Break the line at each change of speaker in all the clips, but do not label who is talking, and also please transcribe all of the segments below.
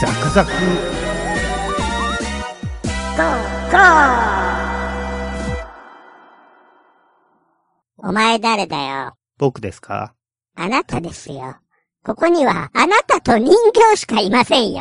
ザクザク
お前誰だよ。
僕ですか
あなたですよ。ここには、あなたと人形しかいませんよ。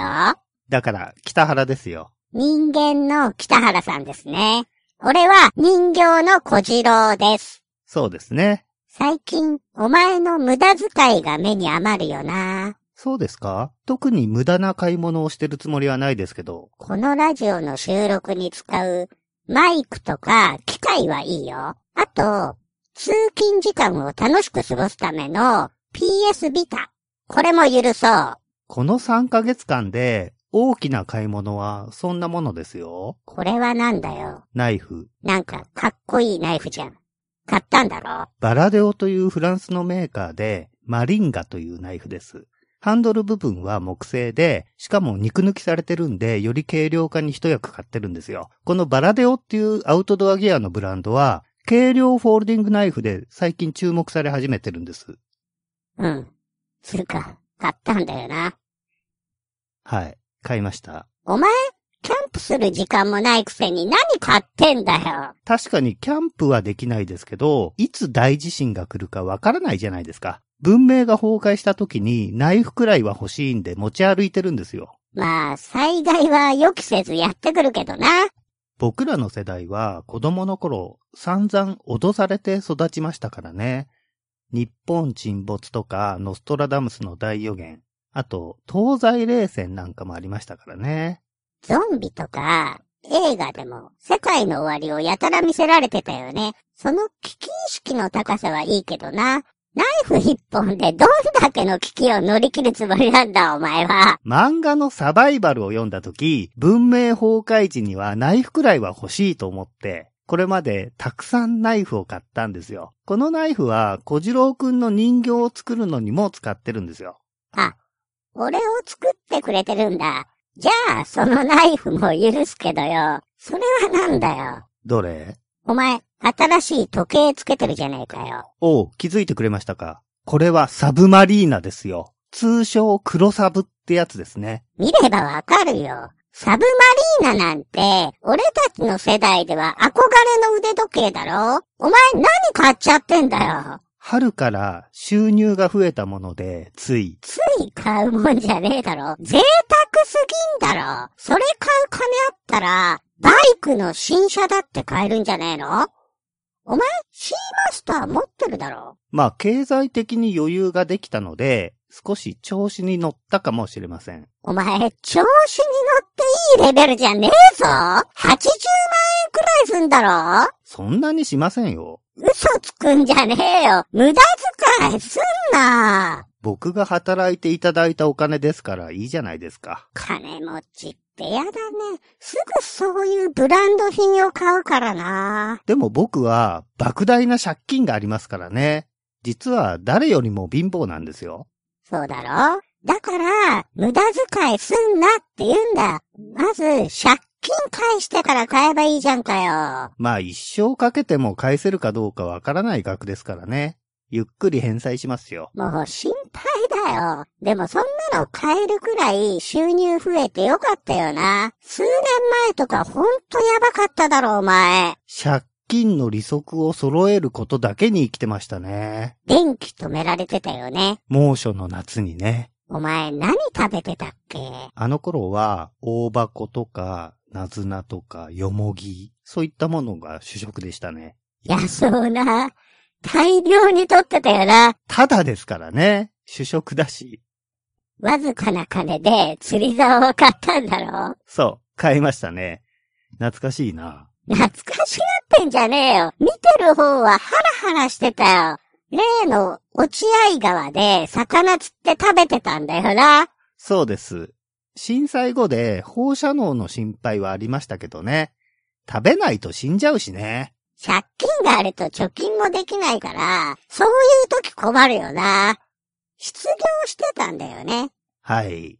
だから、北原ですよ。
人間の北原さんですね。俺は人形の小次郎です。
そうですね。
最近、お前の無駄遣いが目に余るよな。
そうですか特に無駄な買い物をしてるつもりはないですけど。
このラジオの収録に使うマイクとか機械はいいよ。あと、通勤時間を楽しく過ごすための PS ビタ。これも許そう。
この3ヶ月間で、大きな買い物は、そんなものですよ。
これはなんだよ。
ナイフ。
なんかかっこいいナイフじゃん。買ったんだろ
バラデオというフランスのメーカーで、マリンガというナイフです。ハンドル部分は木製で、しかも肉抜きされてるんで、より軽量化に一役買ってるんですよ。このバラデオっていうアウトドアギアのブランドは、軽量フォールディングナイフで最近注目され始めてるんです。
うん。つうか、買ったんだよな。
はい。買いました。
お前、キャンプする時間もないくせに何買ってんだよ。
確かにキャンプはできないですけど、いつ大地震が来るかわからないじゃないですか。文明が崩壊した時にナイフくらいは欲しいんで持ち歩いてるんですよ。
まあ、災害は予期せずやってくるけどな。
僕らの世代は子供の頃散々脅されて育ちましたからね。日本沈没とかノストラダムスの大予言、あと東西冷戦なんかもありましたからね。
ゾンビとか、映画でも、世界の終わりをやたら見せられてたよね。その危機意識の高さはいいけどな。ナイフ一本でどんだけの危機を乗り切るつもりなんだ、お前は。
漫画のサバイバルを読んだ時、文明崩壊時にはナイフくらいは欲しいと思って、これまでたくさんナイフを買ったんですよ。このナイフは小次郎くんの人形を作るのにも使ってるんですよ。
俺を作ってくれてるんだ。じゃあ、そのナイフも許すけどよ。それはなんだよ。
どれ
お前、新しい時計つけてるじゃないかよ。
おう、気づいてくれましたかこれはサブマリーナですよ。通称黒サブってやつですね。
見ればわかるよ。サブマリーナなんて、俺たちの世代では憧れの腕時計だろお前何買っちゃってんだよ。
春から収入が増えたもので、つい。
つい買うもんじゃねえだろ贅沢すぎんだろそれ買う金あったら、バイクの新車だって買えるんじゃねえのお前、シーマスター持ってるだろ
まあ、経済的に余裕ができたので、少し調子に乗ったかもしれません。
お前、調子に乗っていいレベルじゃねえぞ !80 万円くらいすんだろ
そんなにしませんよ。
嘘つくんじゃねえよ無駄遣いすんな
僕が働いていただいたお金ですからいいじゃないですか。
金持ちってやだね。すぐそういうブランド品を買うからな。
でも僕は莫大な借金がありますからね。実は誰よりも貧乏なんですよ。
そうだろだから、無駄遣いすんなって言うんだ。まず、借金返してから買えばいいじゃんかよ。
まあ一生かけても返せるかどうかわからない額ですからね。ゆっくり返済しますよ。
もう心配だよ。でもそんなの買えるくらい収入増えてよかったよな。数年前とかほんとやばかっただろ、お前。
借金の利息を揃えることだけに生きてましたね。
電気止められてたよね。
猛暑の夏にね。
お前何食べてたっけ
あの頃は大箱とか、ナズナとか、よもぎ、そういったものが主食でしたね。
野草な。大量に取ってたよな。
ただですからね。主食だし。
わずかな金で釣り竿を買ったんだろ
そう、買いましたね。懐かしいな。
懐かしがってんじゃねえよ。見てる方はハラハラしてたよ。例の落合川で魚釣って食べてたんだよな。
そうです。震災後で放射能の心配はありましたけどね。食べないと死んじゃうしね。
借金があると貯金もできないから、そういう時困るよな。失業してたんだよね。
はい。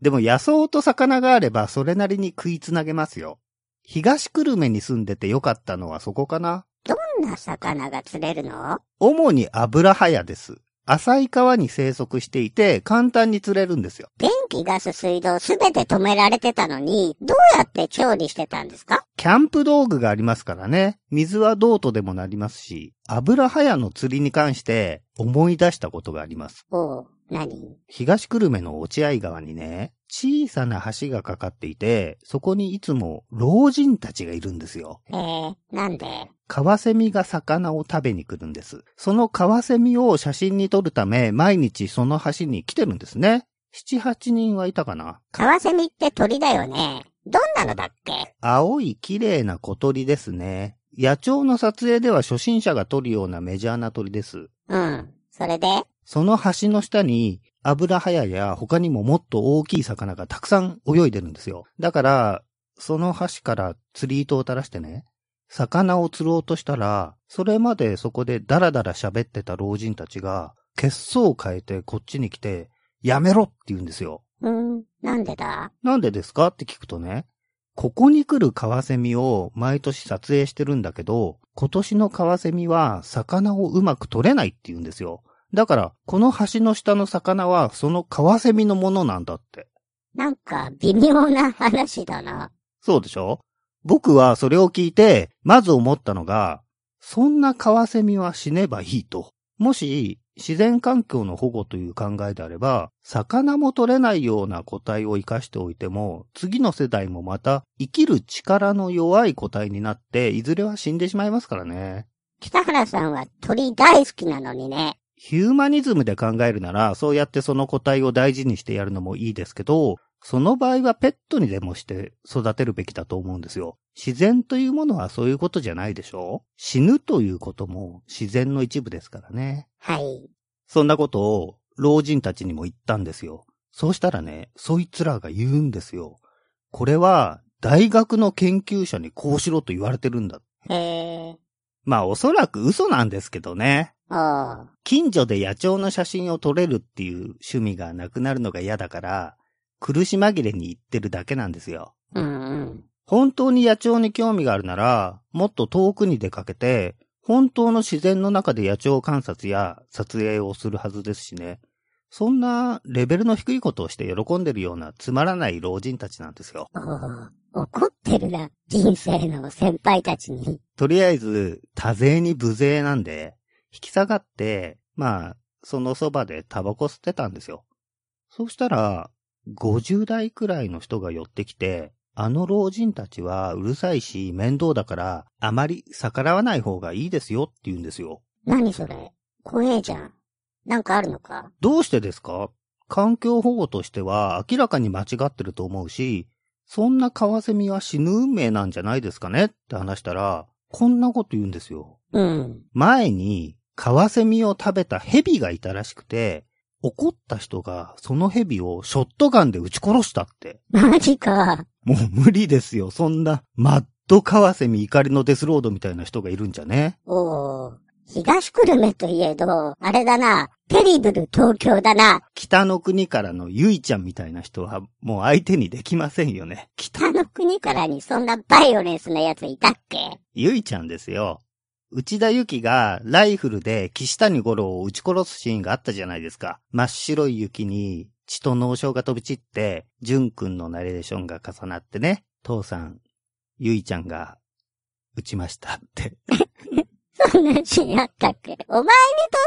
でも野草と魚があればそれなりに食いつなげますよ。東久留米に住んでてよかったのはそこかな。
どんな魚が釣れるの
主に油ハヤです。浅い川に生息していて、簡単に釣れるんですよ。
電気、ガス、水道すべて止められてたのに、どうやって調理してたんですか
キャンプ道具がありますからね。水はどうとでもなりますし、油ハヤの釣りに関して思い出したことがあります。
おう、何
東久留米の落合川にね、小さな橋がかかっていて、そこにいつも老人たちがいるんですよ。
えー、なんで
カワセミが魚を食べに来るんです。そのカワセミを写真に撮るため、毎日その橋に来てるんですね。七八人はいたかな。
カワセミって鳥だよね。どんなのだっけ
青い綺麗な小鳥ですね。野鳥の撮影では初心者が撮るようなメジャーな鳥です。
うん。それで
その橋の下に、油ハヤや他にももっと大きい魚がたくさん泳いでるんですよ。だから、その橋から釣り糸を垂らしてね、魚を釣ろうとしたら、それまでそこでダラダラ喋ってた老人たちが、血相を変えてこっちに来て、やめろって言うんですよ。
うん、なんでだ
なんでですかって聞くとね、ここに来るカワセミを毎年撮影してるんだけど、今年のカワセミは魚をうまく取れないって言うんですよ。だから、この橋の下の魚はそのカワセミのものなんだって。
なんか微妙な話だな。
そうでしょ僕はそれを聞いて、まず思ったのが、そんなカワセミは死ねばいいと。もし、自然環境の保護という考えであれば、魚も取れないような個体を生かしておいても、次の世代もまた生きる力の弱い個体になって、いずれは死んでしまいますからね。
北原さんは鳥大好きなのにね。
ヒューマニズムで考えるなら、そうやってその個体を大事にしてやるのもいいですけど、その場合はペットにでもして育てるべきだと思うんですよ。自然というものはそういうことじゃないでしょ死ぬということも自然の一部ですからね。
はい。
そんなことを老人たちにも言ったんですよ。そうしたらね、そいつらが言うんですよ。これは大学の研究者にこうしろと言われてるんだ。
へえ。
まあおそらく嘘なんですけどね。
おう。
近所で野鳥の写真を撮れるっていう趣味がなくなるのが嫌だから、苦し紛れに言ってるだけなんですよ。
うんうん。
本当に野鳥に興味があるなら、もっと遠くに出かけて、本当の自然の中で野鳥観察や撮影をするはずですしね。そんなレベルの低いことをして喜んでるようなつまらない老人たちなんですよ。
おう。怒ってるな。人生の先輩たちに。
とりあえず、多勢に無勢なんで、引き下がって、まあ、そのそばでタバコ吸ってたんですよ。そうしたら、50代くらいの人が寄ってきて、あの老人たちはうるさいし面倒だから、あまり逆らわない方がいいですよって言うんですよ。
何それ怖えじゃん。なんかあるのか
どうしてですか環境保護としては明らかに間違ってると思うし、そんなカワセミは死ぬ運命なんじゃないですかねって話したら、こんなこと言うんですよ。
うん。
前にカワセミを食べたヘビがいたらしくて、怒った人がそのヘビをショットガンで撃ち殺したって。
マジか。
もう無理ですよ。そんなマッドカワセミ怒りのデスロードみたいな人がいるんじゃね。
おう。東久留米といえど、あれだな。テリブル東京だな。
北の国からのゆいちゃんみたいな人はもう相手にできませんよね。
北の国からにそんなバイオレンスなやついたっけ
ゆいちゃんですよ。内田ゆきがライフルで岸谷五郎を撃ち殺すシーンがあったじゃないですか。真っ白い雪に血と脳症が飛び散って、淳くんのナレーションが重なってね、父さん、ゆいちゃんが撃ちましたって。
そんなシーンあったっけお前にと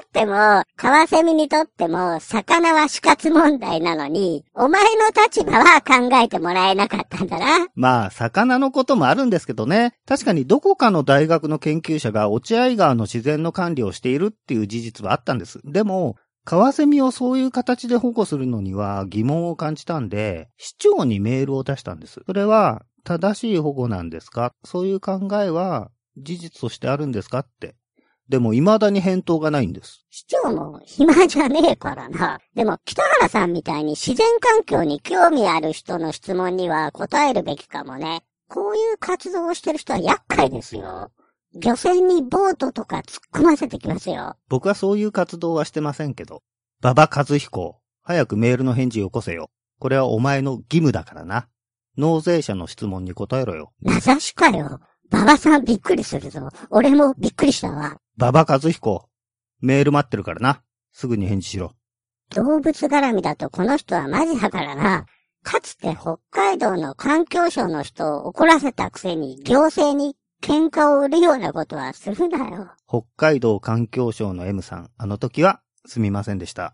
っても、カワセミにとっても、魚は死活問題なのに、お前の立場は考えてもらえなかったんだな。
まあ、魚のこともあるんですけどね。確かにどこかの大学の研究者が落合川の自然の管理をしているっていう事実はあったんです。でも、カワセミをそういう形で保護するのには疑問を感じたんで、市長にメールを出したんです。それは正しい保護なんですかそういう考えは事実としてあるんですかって。でも未だに返答がないんです。
市長も暇じゃねえからな。でも、北原さんみたいに自然環境に興味ある人の質問には答えるべきかもね。こういう活動をしてる人は厄介ですよ。漁船にボートとか突っ込ませてきますよ。
僕はそういう活動はしてませんけど。馬場和彦、早くメールの返事よこせよ。これはお前の義務だからな。納税者の質問に答えろよ。
名指しかよ。馬場さんびっくりするぞ。俺もびっくりしたわ。
馬場和彦、メール待ってるからな。すぐに返事しろ。
動物絡みだとこの人はマジだからな。かつて北海道の環境省の人を怒らせたくせに行政に喧嘩を売るようなことはするなよ。
北海道環境省の M さん、あの時はすみませんでした。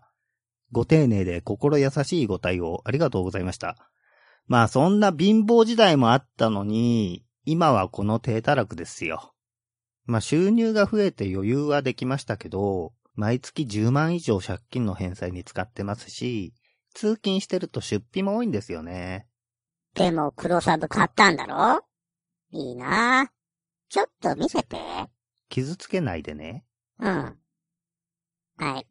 ご丁寧で心優しいご対応ありがとうございました。まあそんな貧乏時代もあったのに、今はこの低たらくですよ。まあ収入が増えて余裕はできましたけど、毎月10万以上借金の返済に使ってますし、通勤してると出費も多いんですよね。
でも黒サブ買ったんだろいいなあちょっと見せて。
傷つけないでね。
うん。はい。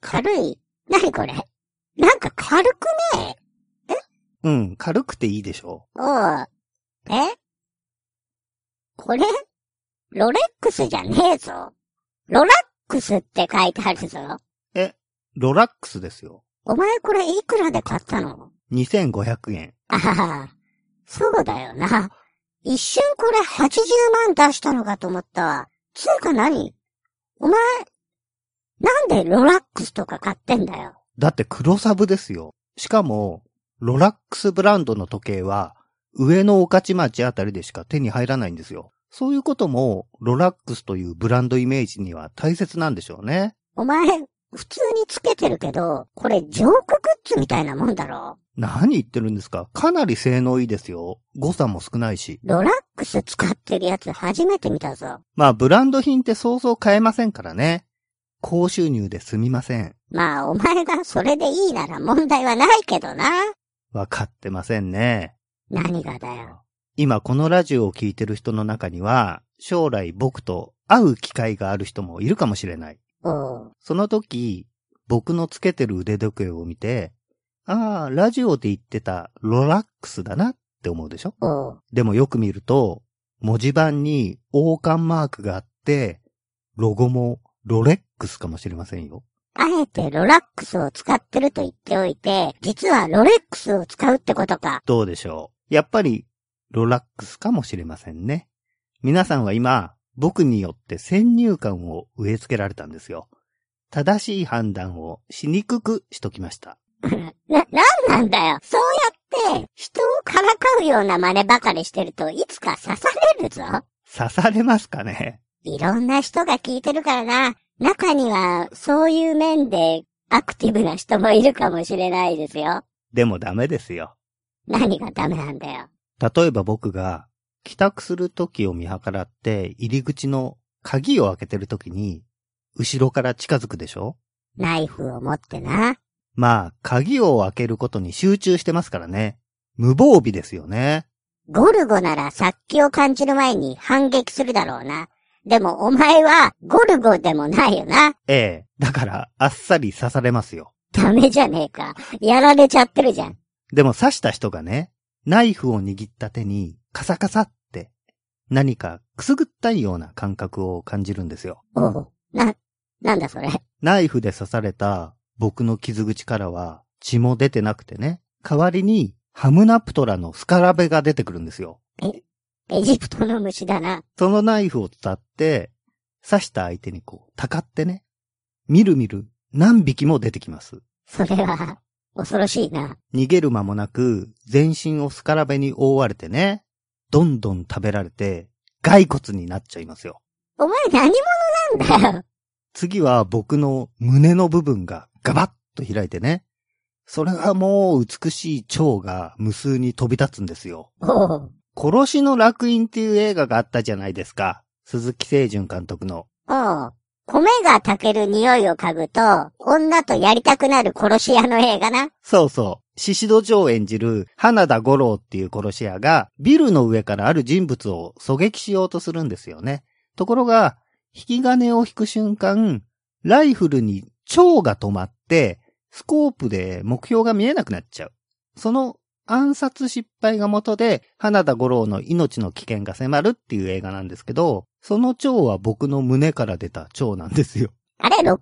か
軽い。なにこれなんか軽くね
うん、軽くていいでしょ
おう。えこれロレックスじゃねえぞ。ロラックスって書いてあるぞ。
う。ロラックスですよ。
お前これいくらで買ったの
2500円。
あはは。 そうだよな。一瞬これ80万出したのかと思ったわ。つうか何お前、なんでロラックスとか買ってんだよ。
だって黒サブですよ。しかも、ロラックスブランドの時計は、上の御徒町あたりでしか手に入らないんですよ。そういうことも、ロラックスというブランドイメージには大切なんでしょうね。
お前、普通につけてるけど、これジョークグッズみたいなもんだろ。
何言ってるんですかかなり性能いいですよ。誤差も少ないし。
ロラックス使ってるやつ初めて見たぞ。
まあ、ブランド品ってそうそう買えませんからね。高収入で済みません。
まあお前がそれでいいなら問題はないけどな。
わかってませんね。
何がだよ。
今このラジオを聞いてる人の中には、将来僕と会う機会がある人もいるかもしれない。
おう。
その時、僕のつけてる腕時計を見て、ああ、ラジオで言ってたロラックスだなって思うでしょ
おう。
でもよく見ると、文字盤に王冠マークがあって、ロゴもロレックスかもしれませんよ。
あえてロラックスを使ってると言っておいて、実はロレックスを使うってことか。
どうでしょうやっぱりロラックスかもしれませんね。皆さんは今、僕によって先入観を植え付けられたんですよ。正しい判断をしにくくしときました。
な、なんなんだよ。そうやって、人をからかうような真似ばかりしてると、いつか刺されるぞ。
刺されますかね
いろんな人が聞いてるからな。中には、そういう面で、アクティブな人もいるかもしれないですよ。
でもダメですよ。
何がダメなんだよ。
例えば僕が帰宅する時を見計らって入り口の鍵を開けてる時に後ろから近づくでしょ
ナイフを持ってな。
まあ、鍵を開けることに集中してますからね。無防備ですよね。
ゴルゴなら殺気を感じる前に反撃するだろうな。でもお前は、ゴルゴでもないよな。
ええ。だから、あっさり刺されますよ。
ダメじゃねえか。やられちゃってるじゃん。
でも刺した人がね、ナイフを握った手にカサカサって何かくすぐったいような感覚を感じるんですよ。
おう。な、なんだそれ。
ナイフで刺された僕の傷口からは血も出てなくてね。代わりにハムナプトラのスカラベが出てくるんですよ。
エジプトの虫だな。
そのナイフを伝って刺した相手にこう、たかってね。みるみる何匹も出てきます。
それは、恐ろしいな。
逃げる間もなく全身をスカラベに覆われてね。どんどん食べられて骸骨になっちゃいますよ。
お前何者なんだよ。
次は僕の胸の部分がガバッと開いてね。それがもう美しい蝶が無数に飛び立つんですよ。
おう。
殺しの楽園っていう映画があったじゃないですか。鈴木清純監督の。
おう。米が炊ける匂いを嗅ぐと、女とやりたくなる殺し屋の映画な。
そうそう。宍戸城を演じる花田五郎っていう殺し屋がビルの上からある人物を狙撃しようとするんですよね。ところが、引き金を引く瞬間、ライフルに蝶が止まって、スコープで目標が見えなくなっちゃう。その暗殺失敗が元で、花田五郎の命の危険が迫るっていう映画なんですけど、その蝶は僕の胸から出た蝶なんですよ。
あれ、60年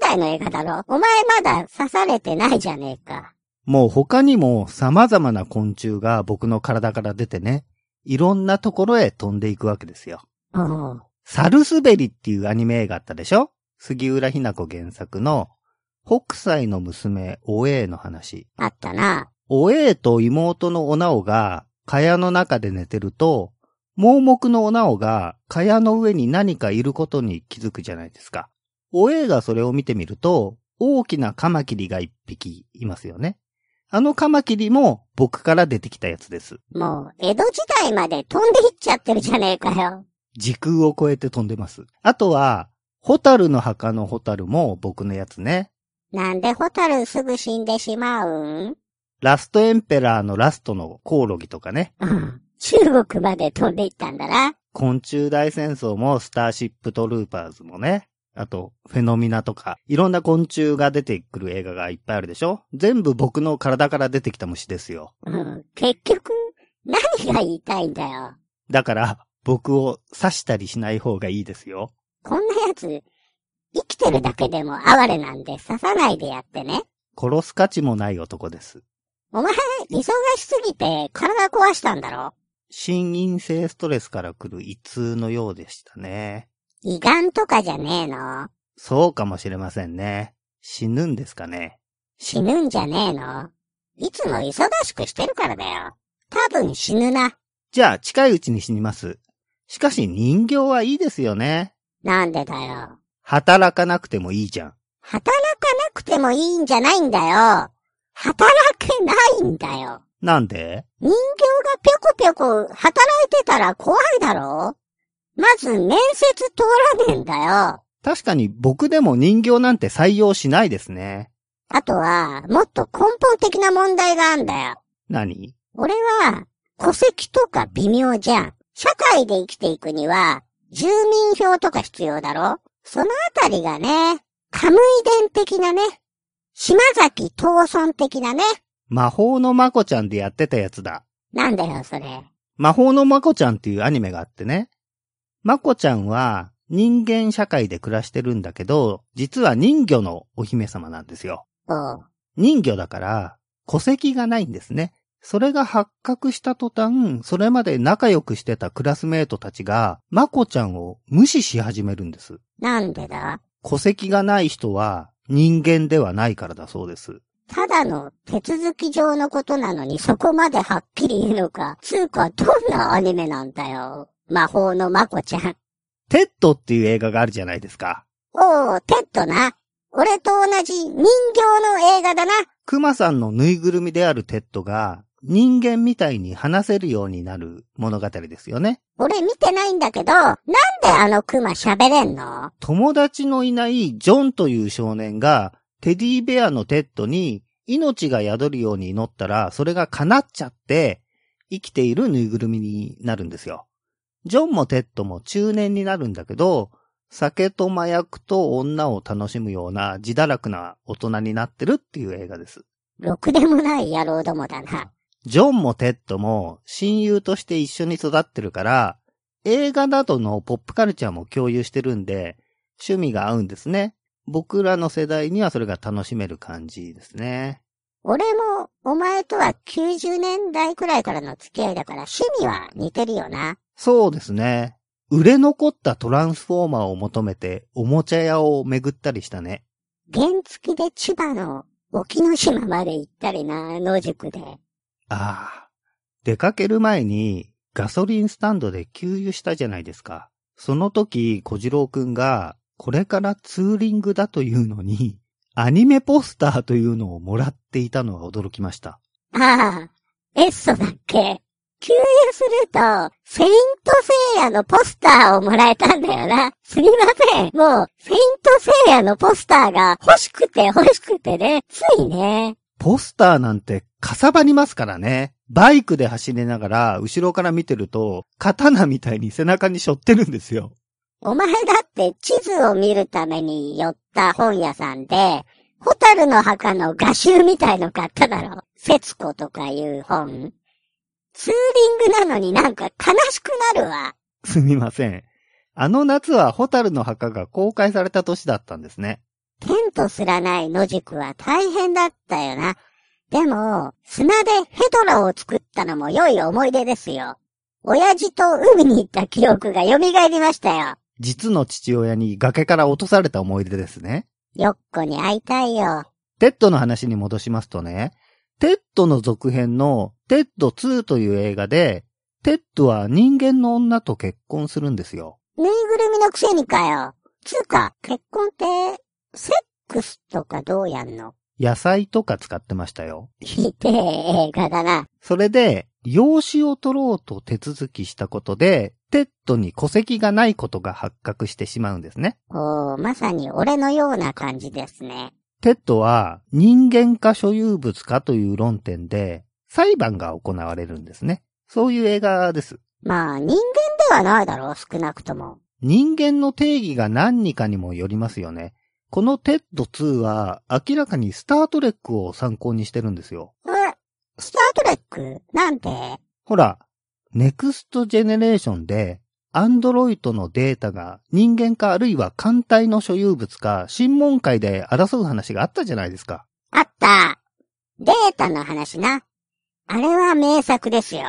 代の映画だろお前まだ刺されてないじゃねえか。
もう他にも様々な昆虫が僕の体から出てね、いろんなところへ飛んでいくわけですよ。
おう。
サルスベリっていうアニメ映画あったでしょ杉浦ひな子原作の、北斎の娘、おえいの話。
あったな。
おえいと妹のおなおが、蚊帳の中で寝てると、盲目のおなおが、蚊帳の上に何かいることに気づくじゃないですか。おえいがそれを見てみると、大きなカマキリが一匹いますよね。あのカマキリも僕から出てきたやつです。
もう、江戸時代まで飛んでいっちゃってるじゃねえかよ。
時空を超えて飛んでます。あとは、ホタルの墓のホタルも僕のやつね。
なんでホタルすぐ死んでしまうん
ラストエンペラーのラストのコオロギとかね。
うん中国まで飛んでいったんだな。
昆虫大戦争もスターシップトルーパーズもね。あと、フェノミナとか、いろんな昆虫が出てくる映画がいっぱいあるでしょ全部僕の体から出てきた虫ですよ。
うん結局、何が言いたいんだよ。
だから、僕を刺したりしない方がいいですよ。
こんなやつ、生きてるだけでも哀れなんで刺さないでやってね。
殺す価値もない男です。
お前、忙しすぎて体壊したんだろ
心因性ストレスから来る胃痛のようでしたね。
胃がんとかじゃねえの
そうかもしれませんね。死ぬんですかね。
死ぬんじゃねえのいつも忙しくしてるからだよ。多分死ぬな。
じゃあ、近いうちに死にます。しかし、人形はいいですよね。
なんでだよ。
働かなくてもいいじゃん。
働かなくてもいいんじゃないんだよ。働けないんだよ。
なんで
人形がぴょこぴょこ働いてたら怖いだろまず面接通らねえんだよ。
確かに僕でも人形なんて採用しないですね。
あとは、もっと根本的な問題があんだよ。
何
俺は、戸籍とか微妙じゃん。社会で生きていくには、住民票とか必要だろそのあたりがね、カムイ伝的なね、島崎東村的なね。
魔法のまこちゃんでやってたやつだ。
なんだよ、それ。
魔法のまこちゃんっていうアニメがあってね。まこちゃんは人間社会で暮らしてるんだけど、実は人魚のお姫様なんですよ。
おう。
人魚だから戸籍がないんですね。それが発覚した途端、それまで仲良くしてたクラスメートたちが、まこちゃんを無視し始めるんです。
なんでだ
戸籍がない人は人間ではないからだそうです。
ただの手続き上のことなのにそこまではっきり言うのか。つうか、どんなアニメなんだよ。魔法のまこちゃん。
テッドっていう映画があるじゃないですか。
おう、テッドな。俺と同じ人形の映画だな。
クマさんのぬいぐるみであるテッドが人間みたいに話せるようになる物語ですよね。
俺見てないんだけど、なんであのクマ喋れんの
友達のいないジョンという少年がテディベアのテッドに命が宿るように祈ったらそれが叶っちゃって生きているぬいぐるみになるんですよ。ジョンもテッドも中年になるんだけど酒と麻薬と女を楽しむような自堕落な大人になってるっていう映画です。
ろくでもない野郎どもだな。
ジョンもテッドも親友として一緒に育ってるから、映画などのポップカルチャーも共有してるんで、趣味が合うんですね。僕らの世代にはそれが楽しめる感じですね。
俺もお前とは90年代くらいからの付き合いだから趣味は似てるよな。
そうですね。売れ残ったトランスフォーマーを求めておもちゃ屋を巡ったりしたね。
原付きで千葉の沖ノ島まで行ったりな、野宿で。
ああ。出かける前にガソリンスタンドで給油したじゃないですか。その時、小次郎くんが、これからツーリングだというのに、アニメポスターというのをもらっていたのは驚きました。
ああ、エッソだっけ給油すると、セイントセイヤのポスターをもらえたんだよな。すみません。もう、セイントセイヤのポスターが欲しくて欲しくてね。ついね。
ポスターなんてかさばりますからね。バイクで走りながら、後ろから見てると、刀みたいに背中に背負ってるんですよ。
お前だって地図を見るために寄った本屋さんで、ホタルの墓の画集みたいの買っただろ。節子とかいう本。ツーリングなのになんか悲しくなるわ。
すみません。あの夏はホタルの墓が公開された年だったんですね。
テントすらない野宿は大変だったよな。でも、砂でヘドラを作ったのも良い思い出ですよ。親父と海に行った記憶が蘇りましたよ。
実の父親に崖から落とされた思い出ですね。
よっこに会いたいよ。
テッドの話に戻しますとね、テッドの続編のテッド2という映画で、テッドは人間の女と結婚するんですよ。
ぬいぐるみのくせにかよ。つうか、結婚って、セックスとかどうやんの
野菜とか使ってましたよ。
ひでえ映画だな。
それで、養子を取ろうと手続きしたことで、テッドに戸籍がないことが発覚してしまうんですね。
おー、まさに俺のような感じですね。
テッドは人間か所有物かという論点で裁判が行われるんですね。そういう映画です。
まあ、人間ではないだろう、少なくとも。
人間の定義が何にかにもよりますよね。このテッド2は明らかにスタートレックを参考にしてるんですよ。
え、スタートレックなんて
ほら、ネクストジェネレーションで、アンドロイドのデータが人間かあるいは艦隊の所有物か審問会で争う話があったじゃないですか。
あった。データの話な。あれは名作ですよ。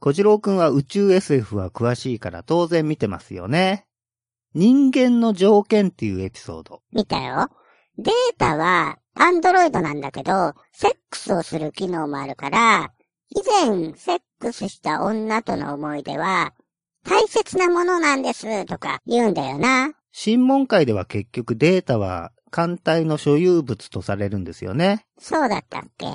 小次郎くんは宇宙 SF は詳しいから当然見てますよね。人間の条件っていうエピソード。
見たよ。データは、アンドロイドなんだけど、セックスをする機能もあるから、以前、セックスした女との思い出は、大切なものなんです、とか言うんだよな。
審問会では結局データは艦隊の所有物とされるんですよね。
そうだったっけ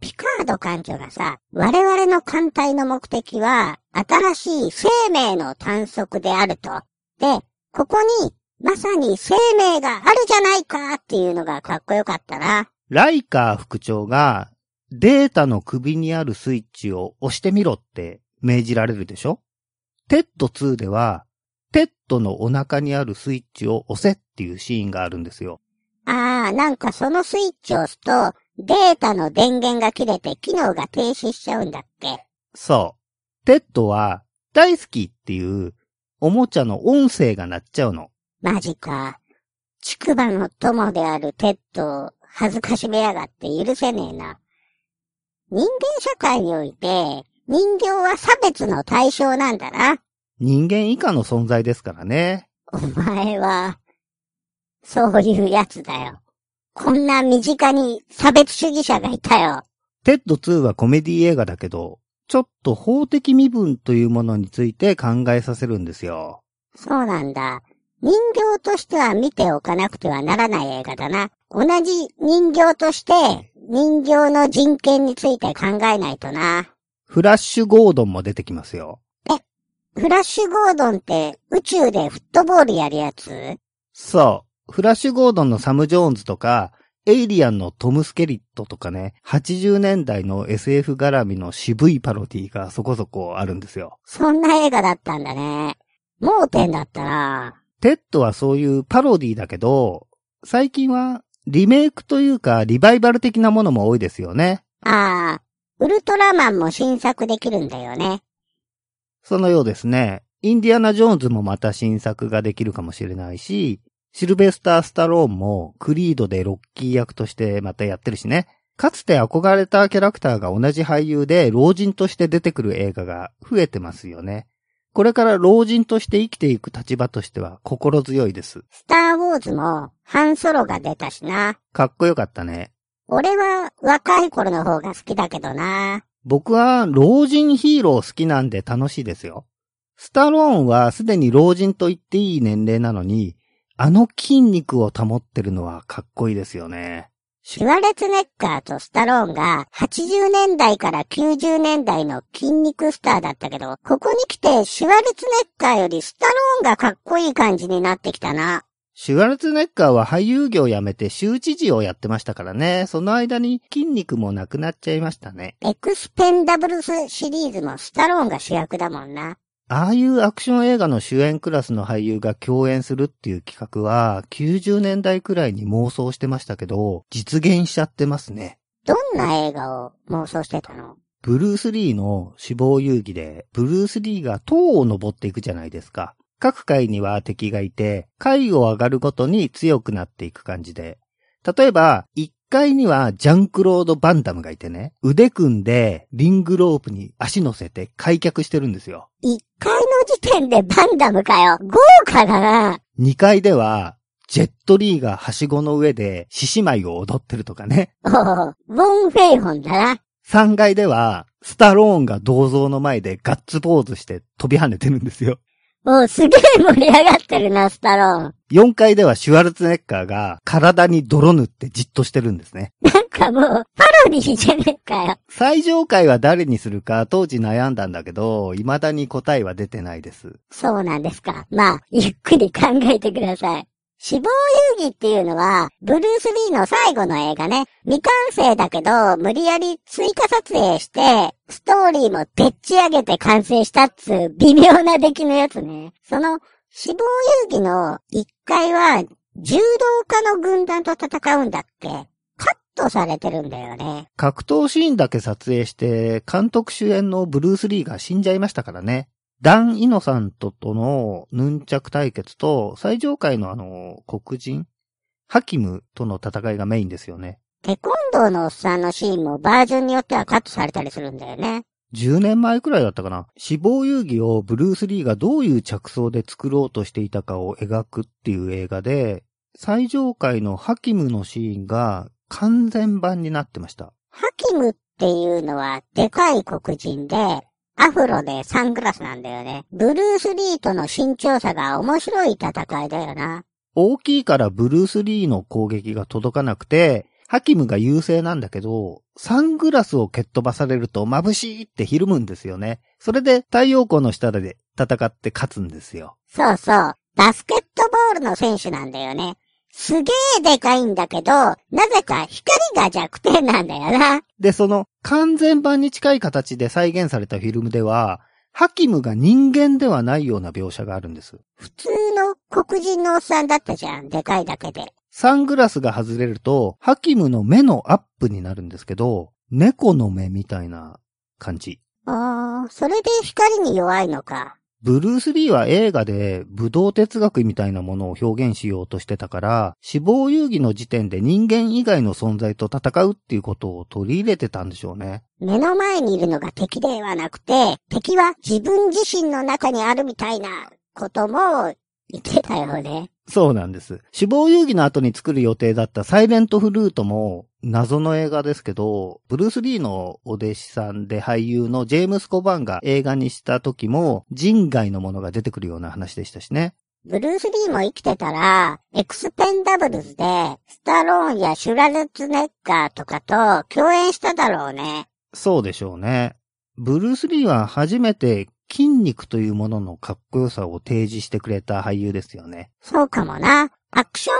ピカード艦長がさ、我々の艦隊の目的は、新しい生命の探索であると。で、ここに、まさに生命があるじゃないかっていうのがかっこよかったな。
ライカー副長がデータの首にあるスイッチを押してみろって命じられるでしょテッド2では、テッドのお腹にあるスイッチを押せっていうシーンがあるんですよ。
ああ、なんかそのスイッチを押すと、データの電源が切れて機能が停止しちゃうんだっけ
そう。テッドは大好きっていうおもちゃの音声が鳴っちゃうの。
マジか。筑馬の友であるテッドを恥ずかしめやがって許せねえな。人間社会において、人形は差別の対象なんだな。
人間以下の存在ですからね。
お前は、そういうやつだよ。こんな身近に差別主義者がいたよ。
テッド2はコメディ映画だけど、ちょっと法的身分というものについて考えさせるんですよ。
そうなんだ。人形としては見ておかなくてはならない映画だな。同じ人形として、人形の人権について考えないとな。
フラッシュ・ゴードンも出てきますよ。
フラッシュゴードンって宇宙でフットボールやるやつ
そう。フラッシュ・ゴードンのサム・ジョーンズとか、エイリアンのトム・スケリットとかね、80年代の SF 絡みの渋いパロディがそこそこあるんですよ。
そんな映画だったんだね。盲点だったな。
テッドはそういうパロディだけど、最近はリメイクというかリバイバル的なものも多いですよね。
ああ、ウルトラマンも新作できるんだよね。
そのようですね。インディアナ・ジョーンズもまた新作ができるかもしれないし、シルベスター・スタローンもクリードでロッキー役としてまたやってるしね。かつて憧れたキャラクターが同じ俳優で老人として出てくる映画が増えてますよね。これから老人として生きていく立場としては心強いです。
スターウォーズもハンソロが出たしな。
かっこよかったね。
俺は若い頃の方が好きだけどな。
僕は老人ヒーロー好きなんで楽しいですよ。スタローンはすでに老人と言っていい年齢なのに、あの筋肉を保ってるのはかっこいいですよね。
シュワレツェネッガーとスタローンが80年代から90年代の筋肉スターだったけど、ここに来てシュワレツェネッガーよりスタローンがかっこいい感じになってきたな。
シュワルツェネッガーは俳優業を辞めて州知事をやってましたからね、その間に筋肉もなくなっちゃいましたね。
エクスペンダブルスシリーズもスタローンが主役だもんな。
ああいうアクション映画の主演クラスの俳優が共演するっていう企画は90年代くらいに妄想してましたけど、実現しちゃってますね。
どんな映画を妄想してたの
ブルース・リーの死亡遊戯で、ブルース・リーが塔を登っていくじゃないですか。各階には敵がいて、階を上がるごとに強くなっていく感じで。例えば、1階にはジャンクロード・バンダムがいてね、腕組んでリングロープに足乗せて開脚してるんですよ。
一回の時点でバンダムかよ。豪華だな。
2階では、ジェットリーがはしごの上で獅子舞を踊ってるとかね。
おお、ボン・フェイホンだな。
3階では、スタローンが銅像の前でガッツポーズして飛び跳ねてるんですよ。
おうすげえ盛り上がってるな、スタローン。
4階ではシュワルツェネッカーが体に泥塗ってじっとしてるんですね。
なんかもう、パロディじゃねえかよ。
最上階は誰にするか当時悩んだんだけど、未だに答えは出てないです。
そうなんですか。まあ、ゆっくり考えてください。死亡遊戯っていうのは、ブルース・リーの最後の映画ね。未完成だけど、無理やり追加撮影して、ストーリーもでっち上げて完成したっつう微妙な出来のやつね。その、死亡遊戯の1回は、柔道家の軍団と戦うんだっけカットされてるんだよね。
格闘シーンだけ撮影して、監督主演のブルース・リーが死んじゃいましたからね。ダン・イノさんととのヌンチャク対決と、最上階のあの、黒人ハキムとの戦いがメインですよね。
テコンドーのおっさんのシーンもバージョンによってはカットされたりするんだよね。
10年前くらいだったかな。死亡遊戯をブルース・リーがどういう着想で作ろうとしていたかを描くっていう映画で、最上階のハキムのシーンが完全版になってました。
ハキムっていうのはでかい黒人で、アフロでサングラスなんだよね。ブルース・リーとの身長差が面白い戦いだよな。
大きいからブルース・リーの攻撃が届かなくて、ハキムが優勢なんだけど、サングラスを蹴っ飛ばされると眩しいってひるむんですよね。それで太陽光の下で戦って勝つんですよ。
そうそう。バスケットボールの選手なんだよね。すげえでかいんだけど、なぜか光が弱点なんだよな。
で、その完全版に近い形で再現されたフィルムでは、ハキムが人間ではないような描写があるんです。
普通の黒人のおっさんだったじゃん。でかいだけで。
サングラスが外れると、ハキムの目のアップになるんですけど、猫の目みたいな感じ。
あー、それで光に弱いのか。
ブルース・リーは映画で武道哲学みたいなものを表現しようとしてたから、死亡遊戯の時点で人間以外の存在と戦うっていうことを取り入れてたんでしょうね。
目の前にいるのが敵ではなくて、敵は自分自身の中にあるみたいなことも言ってたよね。
そうなんです。死亡遊戯の後に作る予定だったサイレントフルートも謎の映画ですけど、ブルース・リーのお弟子さんで俳優のジェームス・コバンが映画にした時も人外のものが出てくるような話でしたしね。
ブルース・リーも生きてたら、エクスペンダブルズで、スタローンやシュラルツェネッガーとかと共演しただろうね。
そうでしょうね。ブルース・リーは初めて筋肉というもののかっこよさを提示してくれた俳優ですよね。
そうかもな。アクション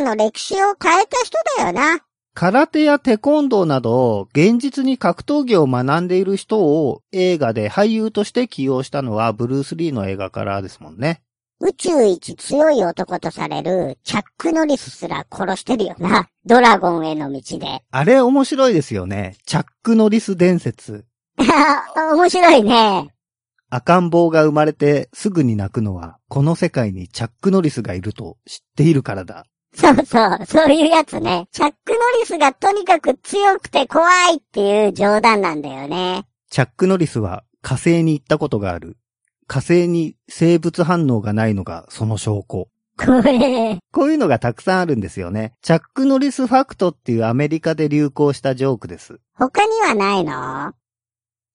映画の歴史を変えた人だよな。
空手やテコンドーなど、現実に格闘技を学んでいる人を映画で俳優として起用したのはブルース・リーの映画からですもんね。
宇宙一強い男とされるチャック・ノリスすら殺してるよな。ドラゴンへの道で。
あれ面白いですよね。チャック・ノリス伝説。
面白いね。
赤ん坊が生まれてすぐに泣くのは、この世界にチャック・ノリスがいると知っているからだ。
そうそう、そういうやつね。チャック・ノリスがとにかく強くて怖いっていう冗談なんだよね。
チャック・ノリスは火星に行ったことがある。火星に生物反応がないのがその証拠。
怖え。
こういうのがたくさんあるんですよね。チャック・ノリスファクトっていうアメリカで流行したジョークです。
他にはないの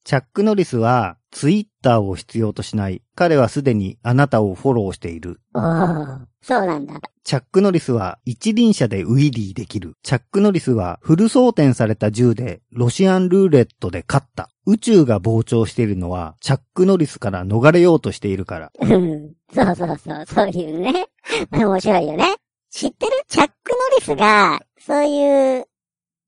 チャック・ノリスはツイッターを必要としない。彼はすでにあなたをフォローしている。
おーそうなんだ。
チャック・ノリスは一輪車でウィリーできる。チャック・ノリスはフル装填された銃でロシアンルーレットで勝った。宇宙が膨張しているのはチャック・ノリスから逃れようとしているから。
うん。そうそうそう、そういうね。面白いよね。知ってるチャック・ノリスが、そういう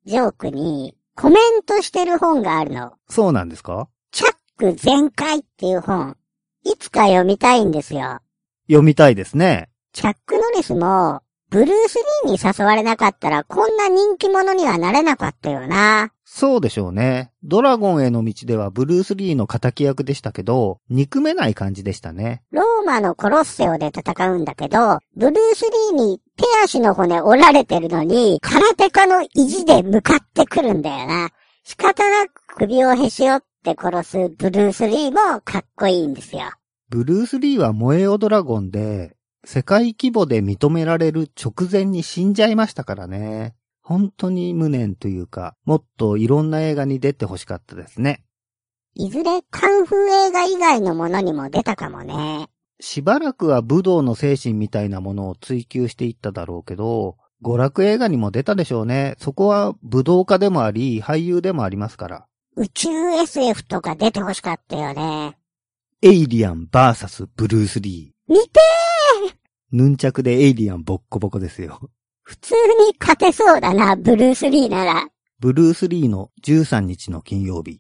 ジョークにコメントしてる本があるの。
そうなんですか
チャック全開っていう本。いつか読みたいんですよ。
読みたいですね。
チャック・ノリスも、ブルース・リーに誘われなかったらこんな人気者にはなれなかったよな。
そうでしょうね。ドラゴンへの道ではブルース・リーの仇役でしたけど、憎めない感じでしたね。
ローマのコロッセオで戦うんだけど、ブルース・リーに手足の骨折られてるのに、空手家の意地で向かってくるんだよな。仕方なく首をへし折って殺すブルース・リーもかっこいいんですよ。
ブルース・リーは燃えよドラゴンで、世界規模で認められる直前に死んじゃいましたからね。本当に無念というか、もっといろんな映画に出てほしかったですね。
いずれカンフー映画以外のものにも出たかもね。
しばらくは武道の精神みたいなものを追求していっただろうけど、娯楽映画にも出たでしょうね。そこは武道家でもあり、俳優でもありますから。
宇宙 SF とか出てほしかったよね。
エイリアンバーサスブルース・リー。
見て
ヌンチャクでエイリアンボッコボコですよ。
普通に勝てそうだな、ブルース・リーなら。
ブルース・リーの13日の金曜日。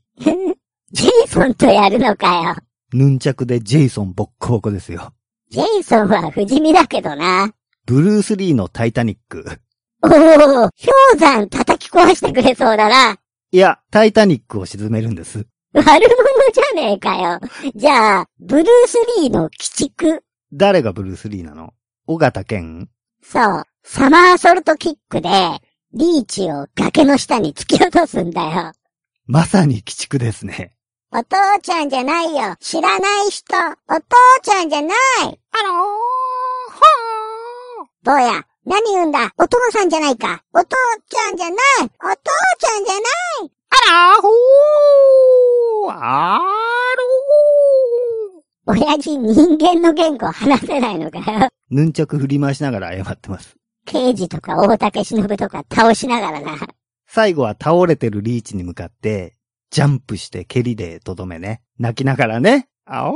ジェイソンとやるのかよ。
ヌンチャクでジェイソンボッコボコですよ。
ジェイソンは不死身だけどな。
ブルース・リーのタイタニック。
おお、氷山叩き壊してくれそうだな。
いや、タイタニックを沈めるんです。
悪者じゃねえかよ。じゃあ、ブルース・リーの鬼畜。
誰がブルース・リーなの尾形健
そう、サマーソルトキックで、リーチを崖の下に突き落とすんだよ。
まさに鬼畜ですね。
お父ちゃんじゃないよ。知らない人。お父ちゃんじゃない。あのー、坊や、何言うんだ。お父さんじゃないか。お父ちゃんじゃない。お父ちゃんじゃない。
あらほーあろ
親父人間の言語話せないのかよ。
ーヌンチャク振り回しながら謝ってます。
刑事とか大竹忍とか倒しながらな。
最後は倒れてるリーチに向かって、ジャンプして蹴りでとどめね。泣きながらね、あおーっ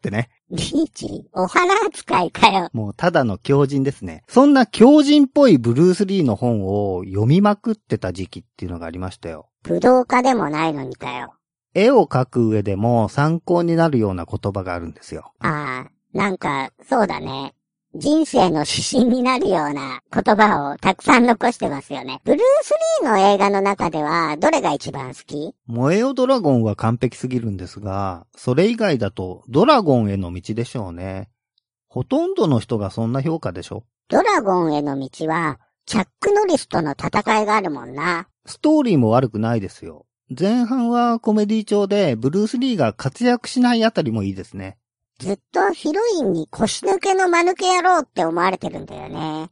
てね。
リーチ、お花扱いかよ。
もうただの狂人ですね。そんな狂人っぽいブルース・リーの本を読みまくってた時期っていうのがありましたよ。
武道家でもないのにかよ。
絵を描く上でも参考になるような言葉があるんですよ。
ああ、なんか、そうだね。人生の指針になるような言葉をたくさん残してますよね。ブルース・リーの映画の中では、どれが一番好き
燃えよドラゴンは完璧すぎるんですが、それ以外だとドラゴンへの道でしょうね。ほとんどの人がそんな評価でしょ。
ドラゴンへの道は、チャック・ノリスとの戦いがあるもんな。
ストーリーも悪くないですよ。前半はコメディ調でブルース・リーが活躍しないあたりもいいですね。
ずっとヒロインに腰抜けの間抜け野郎って思われてるんだよね。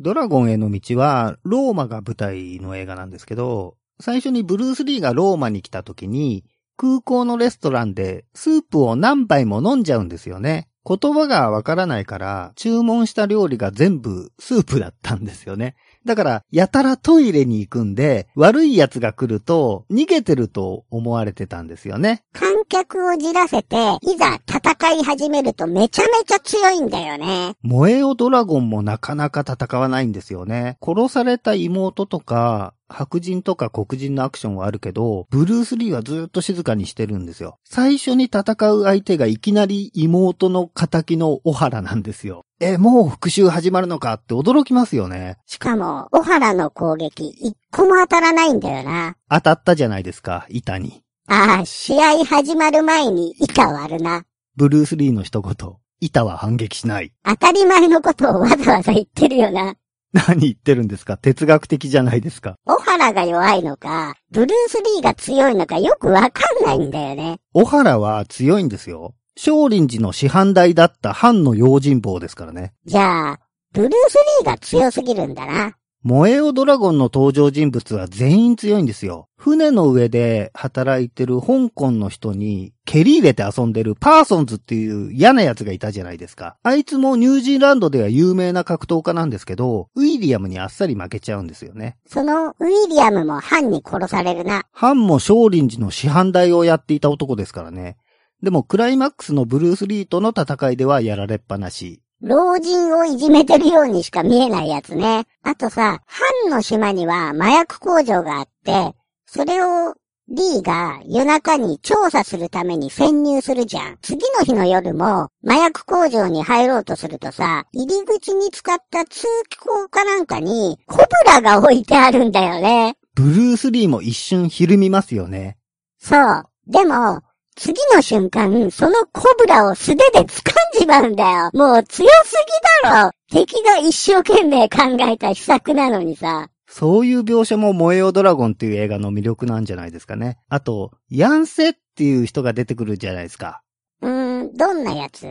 ドラゴンへの道はローマが舞台の映画なんですけど、最初にブルース・リーがローマに来た時に空港のレストランでスープを何杯も飲んじゃうんですよね。言葉がわからないから注文した料理が全部スープだったんですよね。だからやたらトイレに行くんで悪い奴が来ると逃げてると思われてたんですよね。
観客をじらせて、いざ戦い始めるとめちゃめちゃ強いんだよね。
燃えよドラゴンもなかなか戦わないんですよね。殺された妹とか、白人とか黒人のアクションはあるけど、ブルース・リーはずっと静かにしてるんですよ。最初に戦う相手がいきなり妹の仇のオハラなんですよ。え、もう復讐始まるのかって驚きますよね。
しかも、オハラの攻撃、一個も当たらないんだよな。
当たったじゃないですか、板に。
ああ、試合始まる前に板割るな。
ブルース・リーの一言。板は反撃しない。
当たり前のことをわざわざ言ってるよな。
何言ってるんですか哲学的じゃないですか。
オハラが弱いのか、ブルース・リーが強いのかよくわかんないんだよね。
小原は強いんですよ。少林寺の師範代だった藩の用心棒ですからね。
じゃあ、ブルース・リーが強すぎるんだな。
燃えよドラゴンの登場人物は全員強いんですよ。船の上で働いてる香港の人に蹴り入れて遊んでるパーソンズっていう嫌な奴がいたじゃないですか。あいつもニュージーランドでは有名な格闘家なんですけど、ウィリアムにあっさり負けちゃうんですよね。
そのウィリアムも犯に殺されるな。
ハンも少林寺の師範代をやっていた男ですからね。でもクライマックスのブルース・リーとの戦いではやられっぱなし。
老人をいじめてるようにしか見えないやつね。あとさ、藩の島には麻薬工場があって、それをリーが夜中に調査するために潜入するじゃん。次の日の夜も麻薬工場に入ろうとするとさ、入り口に使った通気口かなんかにコブラが置いてあるんだよね。
ブルース・リーも一瞬ひるみますよね。
そう。でも、次の瞬間、そのコブラを素手で掴んじまうんだよ。もう強すぎだろ。敵が一生懸命考えた秘策なのにさ。
そういう描写も燃えよドラゴンっていう映画の魅力なんじゃないですかね。あと、ヤンセっていう人が出てくるじゃないですか。
うーん、どんなやつ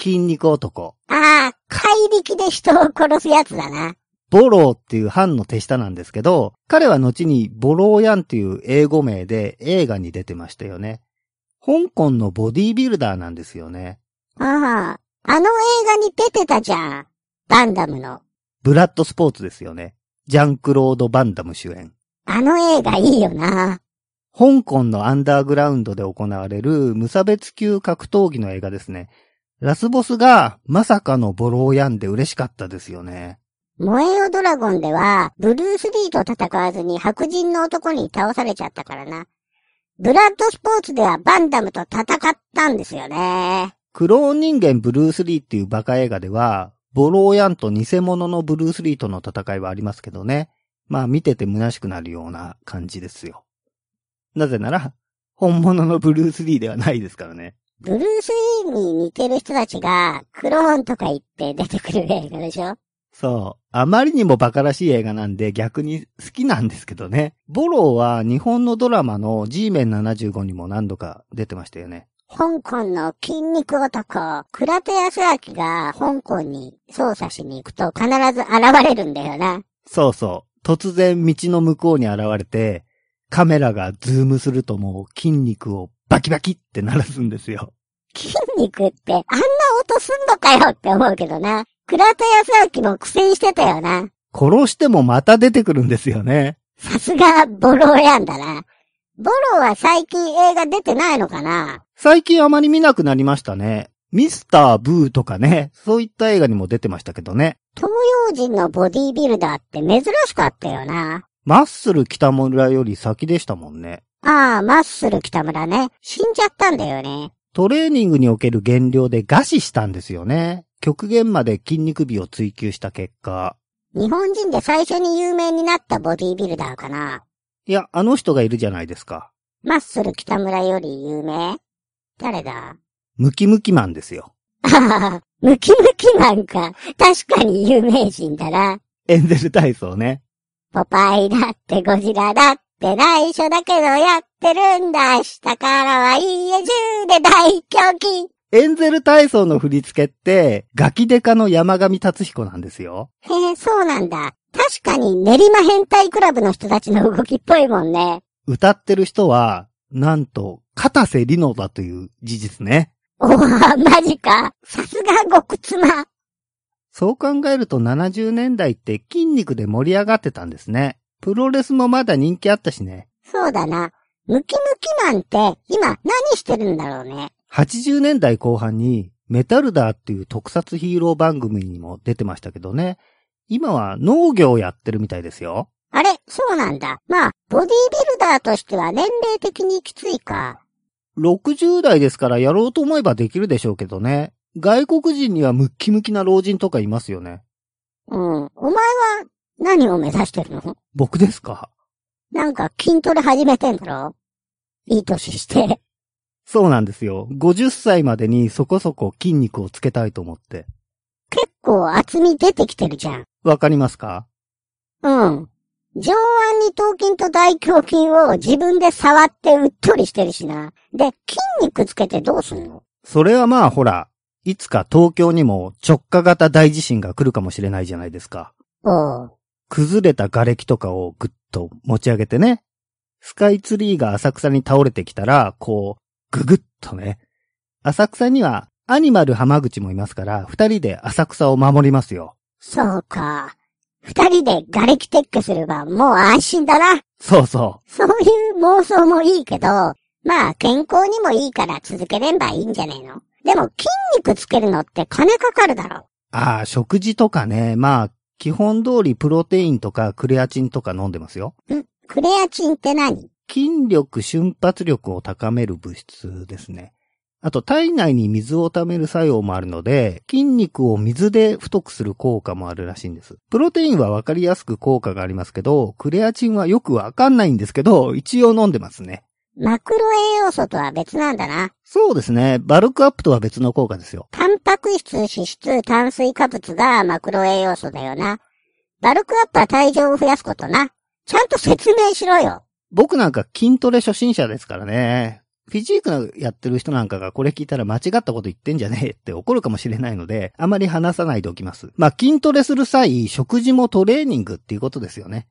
筋肉男。
ああ、怪力で人を殺すやつだな。
ボローっていう藩の手下なんですけど、彼は後にボローヤンっていう英語名で映画に出てましたよね。香港のボディービルダーなんですよね。
ああ、あの映画に出てたじゃん。バンダムの。
ブラッドスポーツですよね。ジャンクロード・バンダム主演。
あの映画いいよな。
香港のアンダーグラウンドで行われる無差別級格闘技の映画ですね。ラスボスがまさかのボローヤンで嬉しかったですよね。
燃えよドラゴンでは、ブルース・リーと戦わずに白人の男に倒されちゃったからな。ブラッドスポーツではバンダムと戦ったんですよね。
クローン人間ブルース・リーっていうバカ映画では、ボローヤンと偽物のブルース・リーとの戦いはありますけどね。まあ見てて虚しくなるような感じですよ。なぜなら、本物のブルース・リーではないですからね。
ブルース・リーに似てる人たちが、クローンとか言って出てくる映画でしょ
そう。あまりにもバカらしい映画なんで逆に好きなんですけどね。ボローは日本のドラマの G メン75にも何度か出てましたよね。
香港の筋肉男、倉手康明が香港に捜査しに行くと必ず現れるんだよな。
そうそう。突然道の向こうに現れて、カメラがズームするともう筋肉をバキバキって鳴らすんですよ。
筋肉ってあんな音すんのかよって思うけどな。倉田康明も苦戦してたよな。
殺してもまた出てくるんですよね。
さすが、ボローやんだな。ボローは最近映画出てないのかな
最近あまり見なくなりましたね。ミスター・ブーとかね、そういった映画にも出てましたけどね。
東洋人のボディービルダーって珍しかったよな。
マッスル北村より先でしたもんね。
ああ、マッスル北村ね。死んじゃったんだよね。
トレーニングにおける減量で餓死したんですよね。極限まで筋肉美を追求した結果。
日本人で最初に有名になったボディービルダーかな。
いや、あの人がいるじゃないですか。
マッスル北村より有名誰だ
ムキムキマンですよ。
ああ、ムキムキマンか。確かに有名人だな。
エンゼル体操ね。
ポパイだってゴジラだって内緒だけどやってるんだ。明日からは家中で大狂気。
エンゼル体操の振り付けって、ガキデカの山上達彦なんですよ。
へえ、そうなんだ。確かに練馬変態クラブの人たちの動きっぽいもんね。
歌ってる人は、なんと、片瀬里乃だという事実ね。
おわ、マジか。さすが極妻。
そう考えると70年代って筋肉で盛り上がってたんですね。プロレスもまだ人気あったしね。
そうだな。ムキムキマンって今何してるんだろうね。
80年代後半にメタルダーっていう特撮ヒーロー番組にも出てましたけどね。今は農業をやってるみたいですよ。
あれ、そうなんだ。まあ、ボディービルダーとしては年齢的にきついか。
60代ですからやろうと思えばできるでしょうけどね。外国人にはムッキムキな老人とかいますよね。
うん。お前は何を目指してるの
僕ですか
なんか筋トレ始めてんだろいい歳して。
そうなんですよ。50歳までにそこそこ筋肉をつけたいと思って。
結構厚み出てきてるじゃん。
わかりますか
うん。上腕二頭筋と大胸筋を自分で触ってうっとりしてるしな。で、筋肉つけてどうすんの
それはまあほら、いつか東京にも直下型大地震が来るかもしれないじゃないですか。
おう。
崩れた瓦礫とかをぐっと持ち上げてね。スカイツリーが浅草に倒れてきたら、こう、ぐぐっとね。浅草にはアニマル浜口もいますから、二人で浅草を守りますよ。
そうか。二人で瓦礫撤去すればもう安心だな。
そうそ
そういう妄想もいいけど、まあ健康にもいいから続ければいいんじゃねえのでも筋肉つけるのって金かかるだろ。
う。ああ、食事とかね、まあ、基本通りプロテインとかクレアチンとか飲んでますよ。
クレアチンって何
筋力、瞬発力を高める物質ですね。あと、体内に水を溜める作用もあるので、筋肉を水で太くする効果もあるらしいんです。プロテインはわかりやすく効果がありますけど、クレアチンはよくわかんないんですけど、一応飲んでますね。
マクロ栄養素とは別なんだな。
そうですね。バルクアップとは別の効果ですよ。
タンパク質、脂質、炭水化物がマクロ栄養素だよな。バルクアップは体重を増やすことな。ちゃんと説明しろよ。
僕なんか筋トレ初心者ですからね。フィジークやってる人なんかがこれ聞いたら間違ったこと言ってんじゃねえって怒るかもしれないので、あまり話さないでおきます。まあ、筋トレする際、食事もトレーニングっていうことですよね。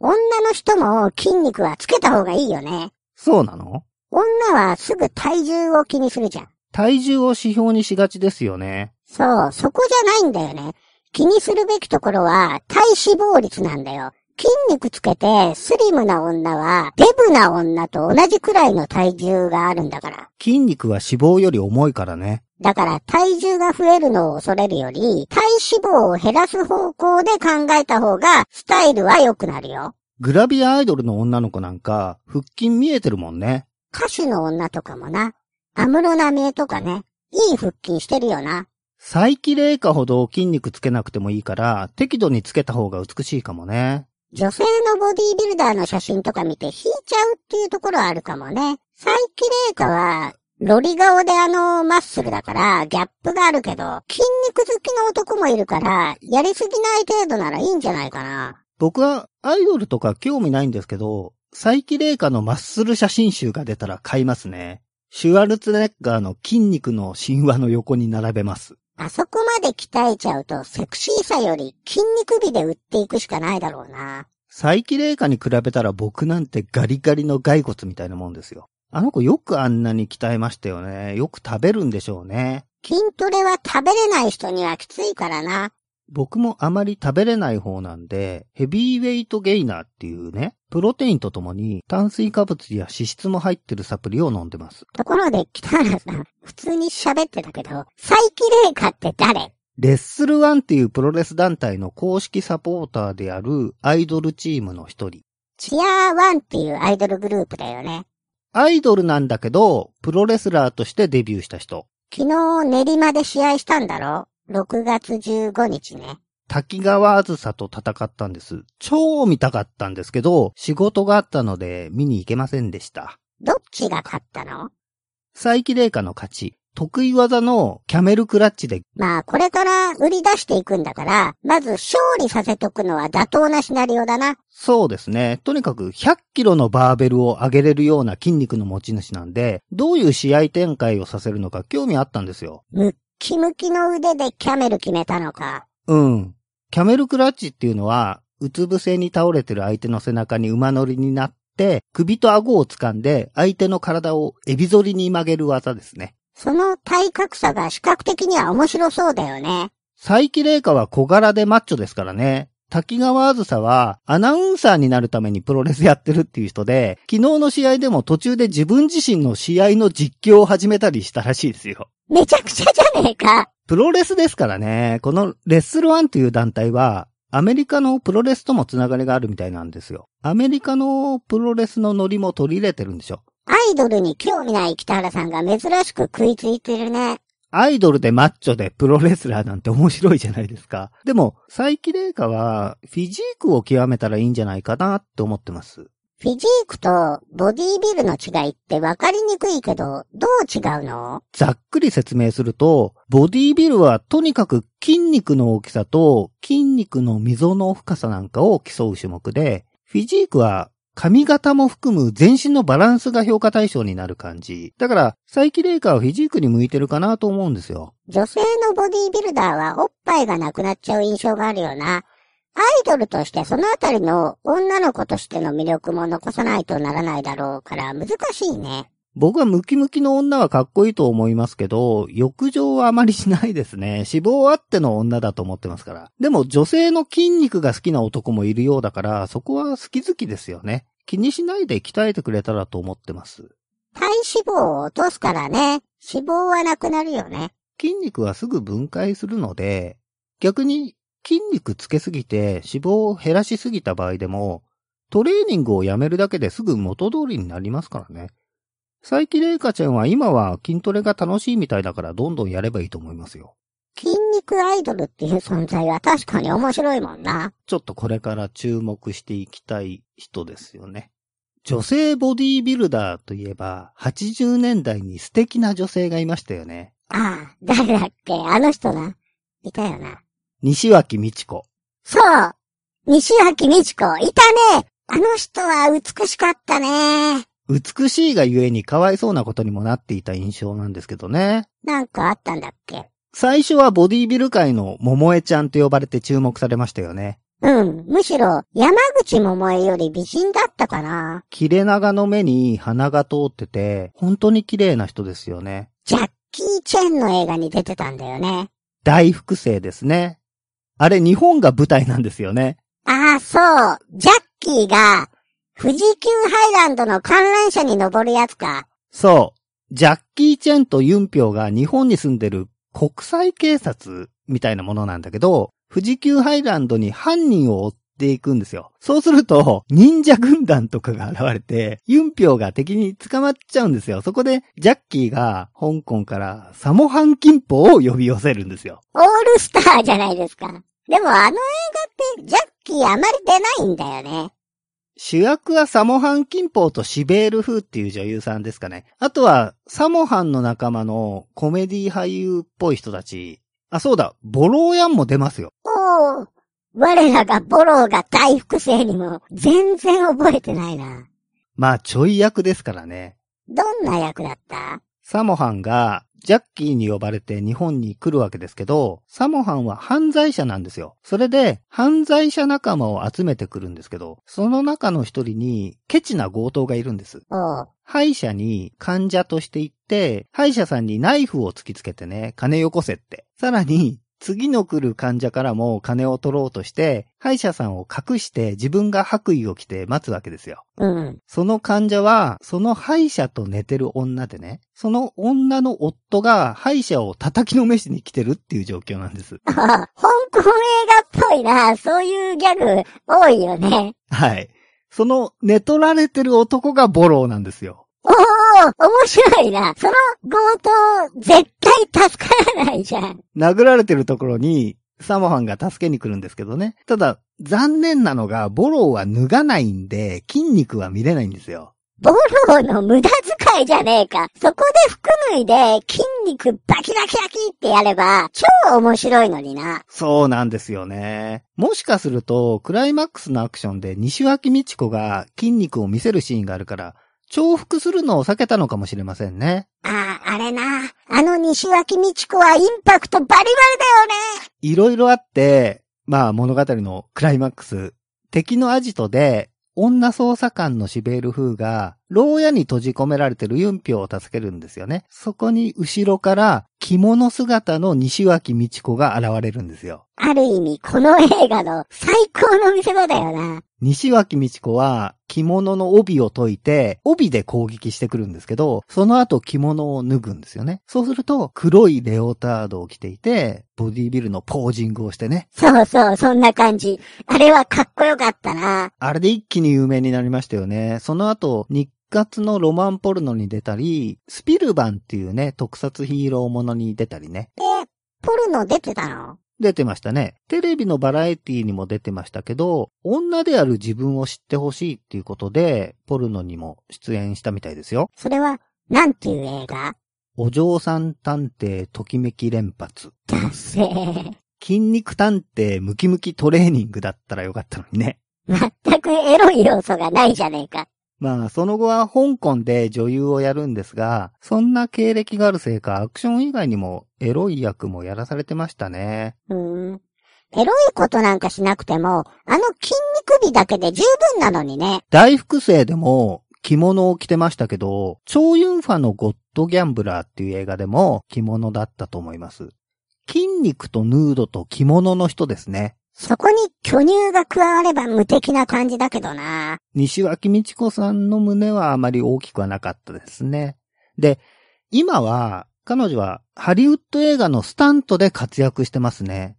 女の人も筋肉はつけた方がいいよね。
そうなの
女はすぐ体重を気にするじゃん。
体重を指標にしがちですよね。
そう、そこじゃないんだよね。気にするべきところは体脂肪率なんだよ。筋肉つけてスリムな女はデブな女と同じくらいの体重があるんだから。
筋肉は脂肪より重いからね。
だから体重が増えるのを恐れるより、体脂肪を減らす方向で考えた方がスタイルは良くなるよ。
グラビアアイドルの女の子なんか、腹筋見えてるもんね。
歌手の女とかもな、アムロナミエとかね、いい腹筋してるよな。
再起霊下ほど筋肉つけなくてもいいから、適度につけた方が美しいかもね。
女性のボディービルダーの写真とか見て引いちゃうっていうところはあるかもね。再起麗華は、ロリ顔であの、マッスルだから、ギャップがあるけど、筋肉好きの男もいるから、やりすぎない程度ならいいんじゃないかな。
僕はアイドルとか興味ないんですけど、再起霊下のマッスル写真集が出たら買いますね。シュワルツェネッガーの筋肉の神話の横に並べます。
あそこまで鍛えちゃうと、セクシーさより筋肉美で売っていくしかないだろうな。
再起霊下に比べたら僕なんてガリガリの骸骨みたいなもんですよ。あの子よくあんなに鍛えましたよね。よく食べるんでしょうね。
筋トレは食べれない人にはきついからな。
僕もあまり食べれない方なんで、ヘビーウェイトゲイナーっていうね、プロテインとともに炭水化物や脂質も入ってるサプリを飲んでます。
ところで、北原さん、普通に喋ってたけど、再起麗華って誰
レッスルワンっていうプロレス団体の公式サポーターであるアイドルチームの一人。
チアーワンっていうアイドルグループだよね。
アイドルなんだけど、プロレスラーとしてデビューした人。
昨日練馬で試合したんだろ ?6 月15日ね。
滝川あずさと戦ったんです。超見たかったんですけど、仕事があったので見に行けませんでした。
どっちが勝ったの
再起霊下の勝ち。得意技のキャメルクラッチで
まあ、これから売り出していくんだから、まず勝利させとくのは妥当なシナリオだな。
そうですね。とにかく100キロのバーベルを上げれるような筋肉の持ち主なんで、どういう試合展開をさせるのか興味あったんですよ。
ムッキムキの腕でキャメル決めたのか。
うん。キャメルクラッチっていうのは、うつ伏せに倒れてる相手の背中に馬乗りになって、首と顎を掴んで、相手の体をエビ反りに曲げる技ですね。
その体格差が視覚的には面白そうだよね。
佐伯玲香は小柄でマッチョですからね。滝川あずさはアナウンサーになるためにプロレスやってるっていう人で、昨日の試合でも途中で自分自身の試合の実況を始めたりしたらしいですよ。
めちゃくちゃじゃねえか。
プロレスですからね、このレッスルワンという団体は、アメリカのプロレスともつながりがあるみたいなんですよ。アメリカのプロレスのノリも取り入れてるんでしょ。
アイドルに興味ない北原さんが珍しく食いついてるね。
アイドルでマッチョでプロレスラーなんて面白いじゃないですか。でも、佐伯玲香はフィジークを極めたらいいんじゃないかなって思ってます。
フィジークとボディービルの違いって分かりにくいけど、どう違うの
ざっくり説明すると、ボディービルはとにかく筋肉の大きさと筋肉の溝の深さなんかを競う種目で、フィジークは髪型も含む全身のバランスが評価対象になる感じ。だから、佐伯玲香はフィジークに向いてるかなと思うんですよ。
女性のボディービルダーはおっぱいがなくなっちゃう印象があるよな。アイドルとしてそのあたりの女の子としての魅力も残さないとならないだろうから難しいね。
僕はムキムキの女はかっこいいと思いますけど、浴場はあまりしないですね。 脂肪あっての女だと思ってますから。でも女性の筋肉が好きな男もいるようだから、そこは好き好きですよね。気にしないで鍛えてくれたらと思ってます。
体脂肪を落とすからね。脂肪はなくなるよね。
筋肉はすぐ分解するので、逆に筋肉つけすぎて脂肪を減らしすぎた場合でも、トレーニングをやめるだけですぐ元通りになりますからね。佐伯玲香ちゃんは今は筋トレが楽しいみたいだからどんどんやればいいと思いますよ。
筋肉アイドルっていう存在は確かに面白いもんな。
ちょっとこれから注目していきたい人ですよね。女性ボディービルダーといえば、80年代に素敵な女性がいましたよね。
ああ、誰だっけあの人な。いたよな。
西脇美智子。
そう西脇美智子、いたねあの人は美しかったね。
美しいがゆえにかわいそうなことにもなっていた印象なんですけどね。
なんかあったんだっけ
最初はボディービル界の桃江ちゃんと呼ばれて注目されましたよね。
うん、むしろ山口桃江より美人だったかな。
切れ長の目に鼻が通ってて、本当に綺麗な人ですよね。
ジャッキー・チェンの映画に出てたんだよね。
大複製ですね。あれ日本が舞台なんですよね。
ああ、そう、ジャッキーが富士急ハイランドの観覧車に登るやつか。
そう。ジャッキー・チェンとユンピョウが日本に住んでる国際警察みたいなものなんだけど、富士急ハイランドに犯人を追っていくんですよ。そうすると、忍者軍団とかが現れて、ユンピョウが敵に捕まっちゃうんですよ。そこで、ジャッキーが香港からサモハン金法を呼び寄せるんですよ。
オールスターじゃないですか。でもあの映画ってジャッキーあまり出ないんだよね。
主役はサモハン・キンポーとシベール・フーっていう女優さんですかね。あとは、サモハンの仲間のコメディ俳優っぽい人たち。あ、そうだ、ボローヤンも出ますよ。
おお、我らがボローが大複製にも全然覚えてないな。
まあ、ちょい役ですからね。
どんな役だった
サモハンが、ジャッキーに呼ばれて日本に来るわけですけど、サモハンは犯罪者なんですよ。それで、犯罪者仲間を集めてくるんですけど、その中の一人に、ケチな強盗がいるんです。
おう、
歯医者に患者として行って、歯医者さんにナイフを突きつけてね、金よこせって。さらに、次の来る患者からも金を取ろうとして、歯医者さんを隠して自分が白衣を着て待つわけですよ。
うん、
その患者は、その歯医者と寝てる女でね、その女の夫が歯医者を叩きのめしに来てるっていう状況なんです。
おう香港映画っぽいな。そういうギャグ多いよね。
はい。その寝取られてる男がボローなんですよ。
おお、面白いな。その強盗、絶対助からないじゃん。
殴られてるところに、サモハンが助けに来るんですけどね。ただ、残念なのが、ボローは脱がないんで、筋肉は見れないんですよ。
ボローの無駄遣いじゃねえか。そこで服脱いで筋肉バキバキバキってやれば超面白いのにな。
そうなんですよね。もしかすると、クライマックスのアクションで西脇美智子が筋肉を見せるシーンがあるから、重複するのを避けたのかもしれませんね。
ああ、あれな。あの西脇美智子はインパクトバリバリだよね。
いろいろあって、まあ物語のクライマックス、敵のアジトで、女捜査官のシベール風が、牢屋に閉じ込められてるユンピョウを助けるんですよね。そこに後ろから着物姿の西脇美智子が現れるんですよ。
ある意味、この映画の最高の見せ場だよな。
西脇美智子は着物の帯を解いて、帯で攻撃してくるんですけど、その後着物を脱ぐんですよね。そうすると黒いレオタードを着ていて、ボディビルのポージングをしてね、
そうそう、そんな感じ。あれはかっこよかったな。
あれで一気に有名になりましたよね。その後、日活のロマンポルノに出たり、スピルバンっていうね、特撮ヒーローものに出たりね。
ポルノ出てたの
出てましたね。テレビのバラエティにも出てましたけど、女である自分を知ってほしいっていうことで、ポルノにも出演したみたいですよ。
それは、なんていう映画
お嬢さん探偵ときめき連発。
だせー。
筋肉探偵ムキムキトレーニングだったらよかったのにね。
全くエロい要素がないじゃねえか。
まあ、その後は香港で女優をやるんですが、そんな経歴があるせいか、アクション以外にもエロい役もやらされてましたね。
うーん。エロいことなんかしなくても、あの筋肉美だけで十分なのにね。
大複製でも着物を着てましたけど、超ユンファのゴッドギャンブラーっていう映画でも着物だったと思います。筋肉とヌードと着物の人ですね。
そこに巨乳が加われば無敵な感じだけどな。
西脇美智子さんの胸はあまり大きくはなかったですね。で、今は、彼女はハリウッド映画のスタントで活躍してますね。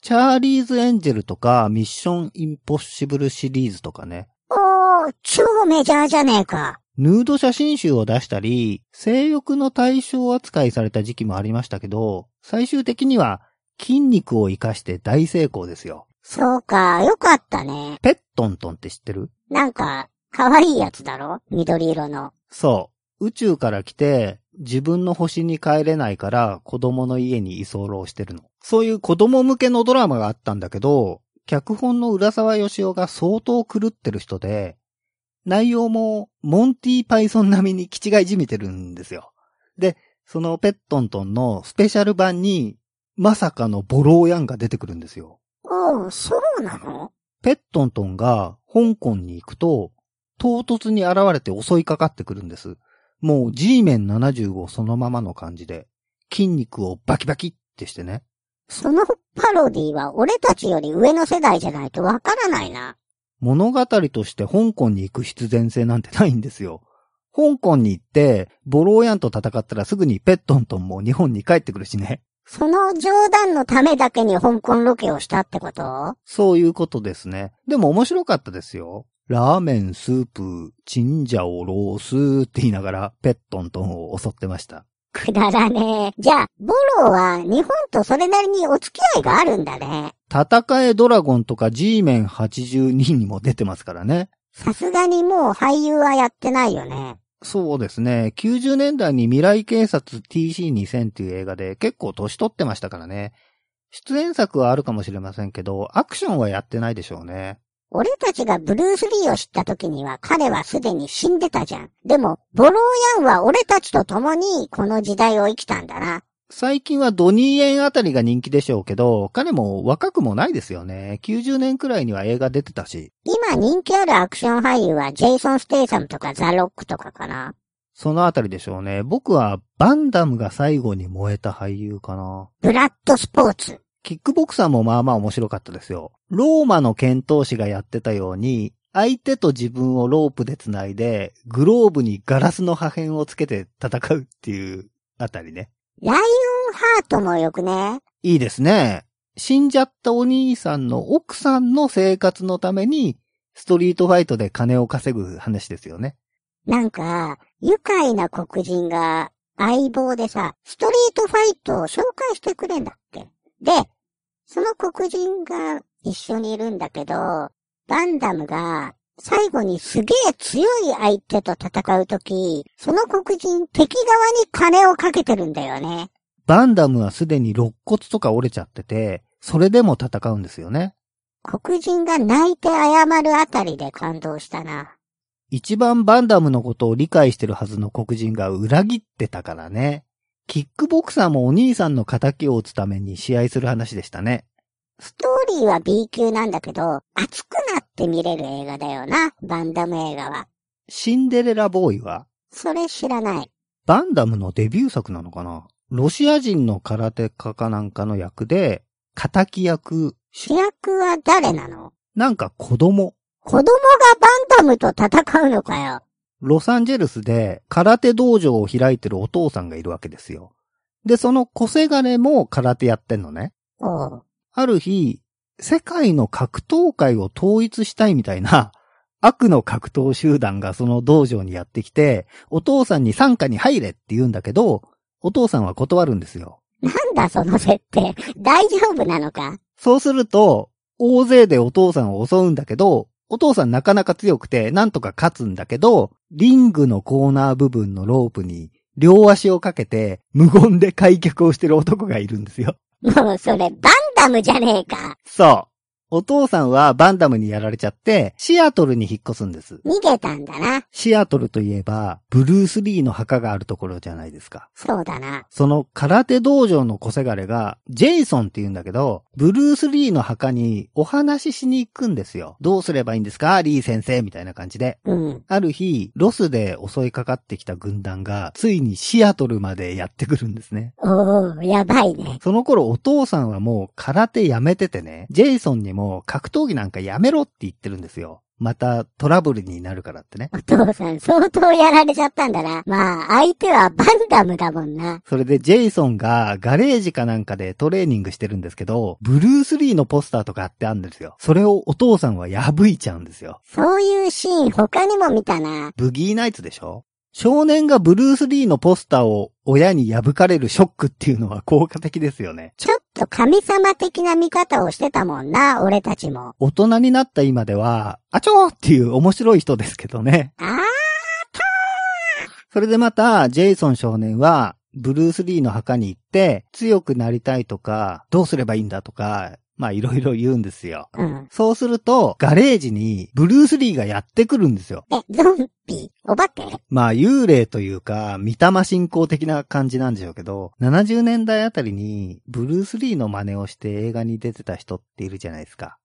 チャーリーズ・エンジェルとか、ミッション・インポッシブルシリーズとかね。
おー、超メジャーじゃねえか。
ヌード写真集を出したり、性欲の対象扱いされた時期もありましたけど、最終的には筋肉を活かして大成功ですよ。
そうか、よかったね。
ペットントンって知ってる
なんか、可愛いやつだろ緑色の。
そう。宇宙から来て、自分の星に帰れないから子供の家に居候してるの。そういう子供向けのドラマがあったんだけど、脚本の浦沢義雄が相当狂ってる人で、内容もモンティパイソン並みに気違いじみてるんですよ。で、そのペットントンのスペシャル版に、まさかのボローヤンが出てくるんですよ。
おう、そうなの
ペットントンが香港に行くと、唐突に現れて襲いかかってくるんです。もう G メン75そのままの感じで、筋肉をバキバキってしてね。
そのパロディは俺たちより上の世代じゃないとわからないな。
物語として香港に行く必然性なんてないんですよ。香港に行って、ボローヤンと戦ったらすぐにペットントンも日本に帰ってくるしね。
その冗談のためだけに香港ロケをしたってこと
そういうことですね。でも面白かったですよ。ラーメン、スープ、チンジャオロースーって言いながらペットントンを襲ってました。
くだらねえ。じゃあ、ボローは日本とそれなりにお付き合いがあるんだね。
戦えドラゴンとか G メン82にも出てますからね。
さすがにもう俳優はやってないよね。
そうですね。90年代に未来警察 TC2000 っていう映画で結構年取ってましたからね。出演作はあるかもしれませんけど、アクションはやってないでしょうね。
俺たちがブルース・リーを知った時には彼はすでに死んでたじゃん。でも、ボローヤンは俺たちと共にこの時代を生きたんだな。
最近はドニー・エンあたりが人気でしょうけど、彼も若くもないですよね。90年くらいには映画出てたし。
今人気あるアクション俳優はジェイソン・ステイサムとかザ・ロックとかかな。
そのあたりでしょうね。僕はバンダムが最後に燃えた俳優かな。
ブラッド・スポーツ。
キックボクサーもまあまあ面白かったですよ。ローマの剣闘士がやってたように、相手と自分をロープで繋いで、グローブにガラスの破片をつけて戦うっていうあたりね。
ライオンハートもよくね。
いいですね。死んじゃったお兄さんの奥さんの生活のために、ストリートファイトで金を稼ぐ話ですよね。
なんか、愉快な黒人が相棒でさ、ストリートファイトを紹介してくれんだっけ。で、その黒人が一緒にいるんだけど、バンダムが最後にすげえ強い相手と戦うとき、その黒人敵側に金をかけてるんだよね。
バンダムはすでに肋骨とか折れちゃってて、それでも戦うんですよね。
黒人が泣いて謝るあたりで感動したな。
一番バンダムのことを理解してるはずの黒人が裏切ってたからね。キックボクサーもお兄さんの仇を打つために試合する話でしたね。
ストーリーは B 級なんだけど、熱くなって見れる映画だよな、バンダム映画は。
シンデレラボーイは、
それ知らない。
バンダムのデビュー作なのかなロシア人の空手家かなんかの役で、仇役、
主役は誰なの
なんか子供。
子供がバンダムと戦うのかよ。
ロサンゼルスで空手道場を開いてるお父さんがいるわけですよ。で、その小せがれも空手やってんのね。
おう。
ある日、世界の格闘界を統一したいみたいな、 悪の格闘集団がその道場にやってきて、お父さんに傘下に入れって言うんだけど、お父さんは断るんですよ。
なんだその設定。大丈夫なのか
そうすると、大勢でお父さんを襲うんだけど、お父さんなかなか強くて、なんとか勝つんだけど、リングのコーナー部分のロープに、両足をかけて、無言で開脚をしてる男がいるんですよ。
もうそれバンダムじゃねえか。
そう。お父さんはバンダムにやられちゃって、シアトルに引っ越すんです。
逃げたんだな。
シアトルといえば、ブルース・リーの墓があるところじゃないですか。
そうだな。
その空手道場の小せがれが、ジェイソンって言うんだけど、ブルース・リーの墓にお話ししに行くんですよ。どうすればいいんですかリー先生みたいな感じで。
うん。
ある日、ロスで襲いかかってきた軍団が、ついにシアトルまでやってくるんですね。
おう、やばいね。
その頃お父さんはもう空手やめててね、ジェイソンにも格闘技なんかやめろって言ってるんですよ。またトラブルになるからってね。
お父さん相当やられちゃったんだな。まあ、相手はバンダムだもんな。
それでジェイソンがガレージかなんかでトレーニングしてるんですけど、ブルース・リーのポスターとかあってあるんですよ。それをお父さんは破いちゃうんですよ。
そういうシーン他にも見たな。
ブギーナイツでしょ少年がブルース・リーのポスターを親に破かれるショックっていうのは効果的ですよね。
ちょっと神様的な見方をしてたもんな、俺たちも。
大人になった今では、あちょーっていう面白い人ですけどね。
ああ、
それでまた、ジェイソン少年は、ブルース・リーの墓に行って、強くなりたいとか、どうすればいいんだとか、まあいろいろ言うんですよ。
うん。
そうすると、ガレージにブルース・リーがやってくるんですよ。
え、ゾンビ、お化け
まあ幽霊というか、見たま信仰的な感じなんでしょうけど、70年代あたりにブルース・リーの真似をして映画に出てた人っているじゃないですか。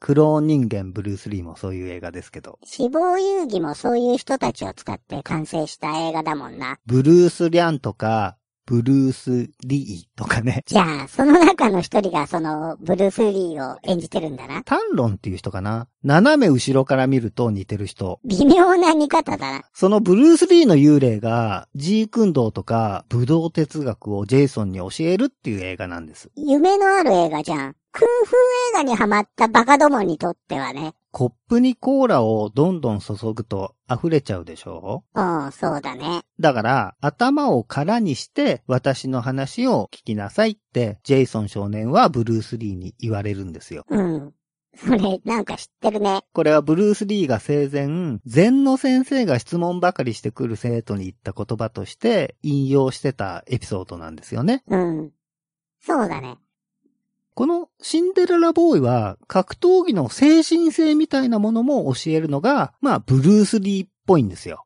クローン人間ブルース・リーもそういう映画ですけど、
死亡遊戯もそういう人たちを使って完成した映画だもんな。
ブルース・リャンとか、ブルース・リーとかね、
じゃあ、その中の一人がその、ブルース・リーを演じてるんだな。
タンロンっていう人かな斜め後ろから見ると似てる人。
微妙な見方だな。
そのブルース・リーの幽霊が、ジークンドーとか、武道哲学をジェイソンに教えるっていう映画なんです。
夢のある映画じゃん。空風映画にハマったバカどもにとってはね。
コップにコーラをどんどん注ぐと溢れちゃうでしょ
うん、そうだね。
だから、頭を空にして私の話を聞きなさいって、ジェイソン少年はブルース・リーに言われるんですよ。
うん。それ、なんか知ってるね。
これはブルース・リーが生前、禅の先生が質問ばかりしてくる生徒に言った言葉として引用してたエピソードなんですよね。
うん。そうだね。
このシンデレラボーイは格闘技の精神性みたいなものも教えるのが、まあ、ブルース・リーっぽいんですよ。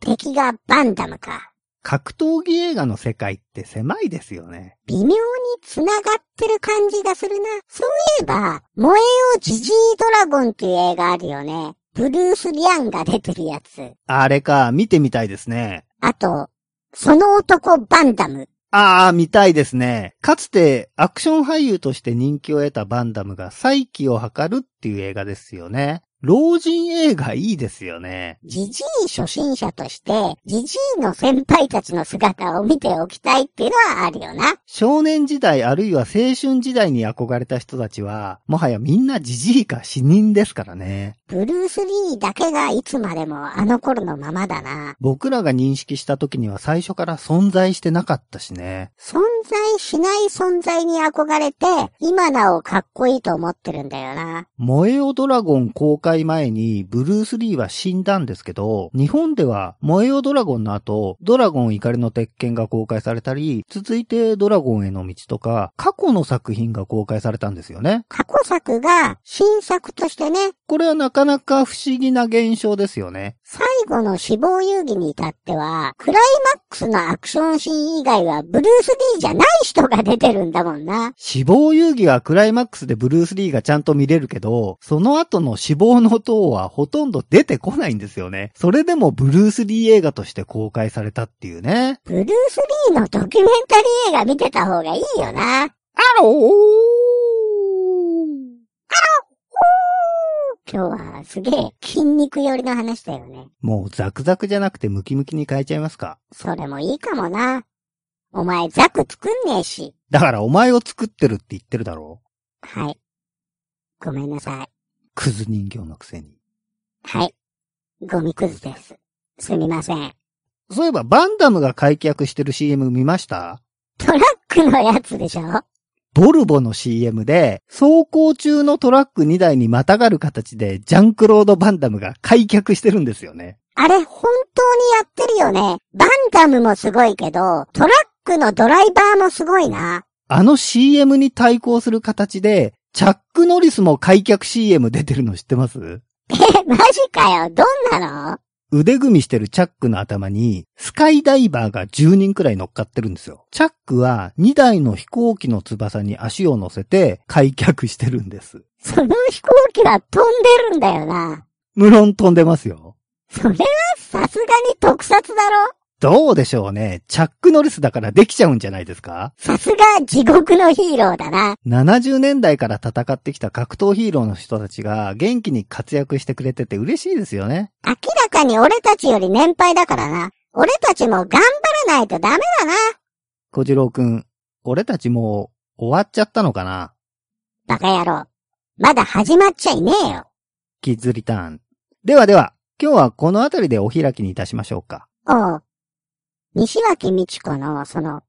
敵がバンダムか。
格闘技映画の世界って狭いですよね。
微妙に繋がってる感じがするな。そういえば、燃えよジジイドラゴンっていう映画あるよね。ブルース・リアンが出てるやつ。
あれか、見てみたいですね。
あと、その男バンダム。
ああ、見たいですね。かつてアクション俳優として人気を得たバンダムが再起を図るっていう映画ですよね。老人映画いいですよね。
ジジイ初心者として、ジジイの先輩たちの姿を見ておきたいっていうのはあるよな。
少年時代あるいは青春時代に憧れた人たちは、もはやみんなジジイか死人ですからね。
ブルース・リーだけがいつまでもあの頃のままだな。
僕らが認識した時には最初から存在してなかったしね。
存在しない存在に憧れて、今なおかっこいいと思ってるんだよな。
燃えよドラゴン公開前にブルース・リーは死んだんですけど、日本では燃えよドラゴンの後、ドラゴン怒りの鉄拳が公開されたり、続いてドラゴンへの道とか、過去の作品が公開されたんですよね。
過去作が新作としてね、
これはなかなか不思議な現象ですよね。
最後の死亡遊戯に至っては、クライマックスのアクションシーン以外はブルース・リーじゃない人が出てるんだもんな。
死亡遊戯はクライマックスでブルース・リーがちゃんと見れるけど、その後の死亡の塔はほとんど出てこないんですよね。それでもブルース・リー映画として公開されたっていうね。
ブルース・リーのドキュメンタリー映画見てた方がいいよな。
アロー
今日はすげえ筋肉寄りの話だよね。
もうザクザクじゃなくてムキムキに変えちゃいますか。
それもいいかもな。お前ザク作んねえし。
だからお前を作ってるって言ってるだろう。
はい。ごめんなさい。
クズ人形のくせに。
はい。ゴミくずです。すみません。
そういえばバンダムが開脚してる CM 見ました
トラックのやつでしょ
ボルボの CM で、走行中のトラック2台にまたがる形で、ジャンクロード・バンダムが開脚してるんですよね。
あれ本当にやってるよね。バンダムもすごいけど、トラックのドライバーもすごいな。
あの CM に対抗する形で、チャック・ノリスも開脚 CM 出てるの知ってます
え、マジかよ。どんなの
腕組みしてるチャックの頭に、スカイダイバーが10人くらい乗っかってるんですよ。チャックは2台の飛行機の翼に足を乗せて開脚してるんです。
その飛行機は飛んでるんだよな。
無論飛んでますよ。
それはさすがに特撮だろ
どうでしょうね。チャック・ノリスだからできちゃうんじゃないですか
さすが地獄のヒーローだな。
70年代から戦ってきた格闘ヒーローの人たちが元気に活躍してくれてて嬉しいですよね。
明らかに俺たちより年配だからな。俺たちも頑張らないとダメだな。
小次郎くん、俺たちもう終わっちゃったのかな
バカ野郎。まだ始まっちゃいねえよ。
キッズリターン。ではでは、今日はこの辺りでお開きにいたしましょうか。
おう。西脇美智子の、その、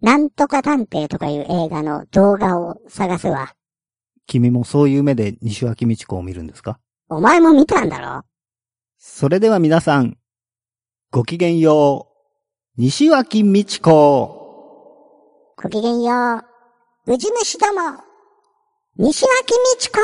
なんとか探偵とかいう映画の動画を探すわ。
君もそういう目で西脇美智子を見るんですか
お前も見たんだろ
それでは皆さん、ごきげんよう。西脇美智子。
ごきげんよう。宇治虫ども。西脇美智子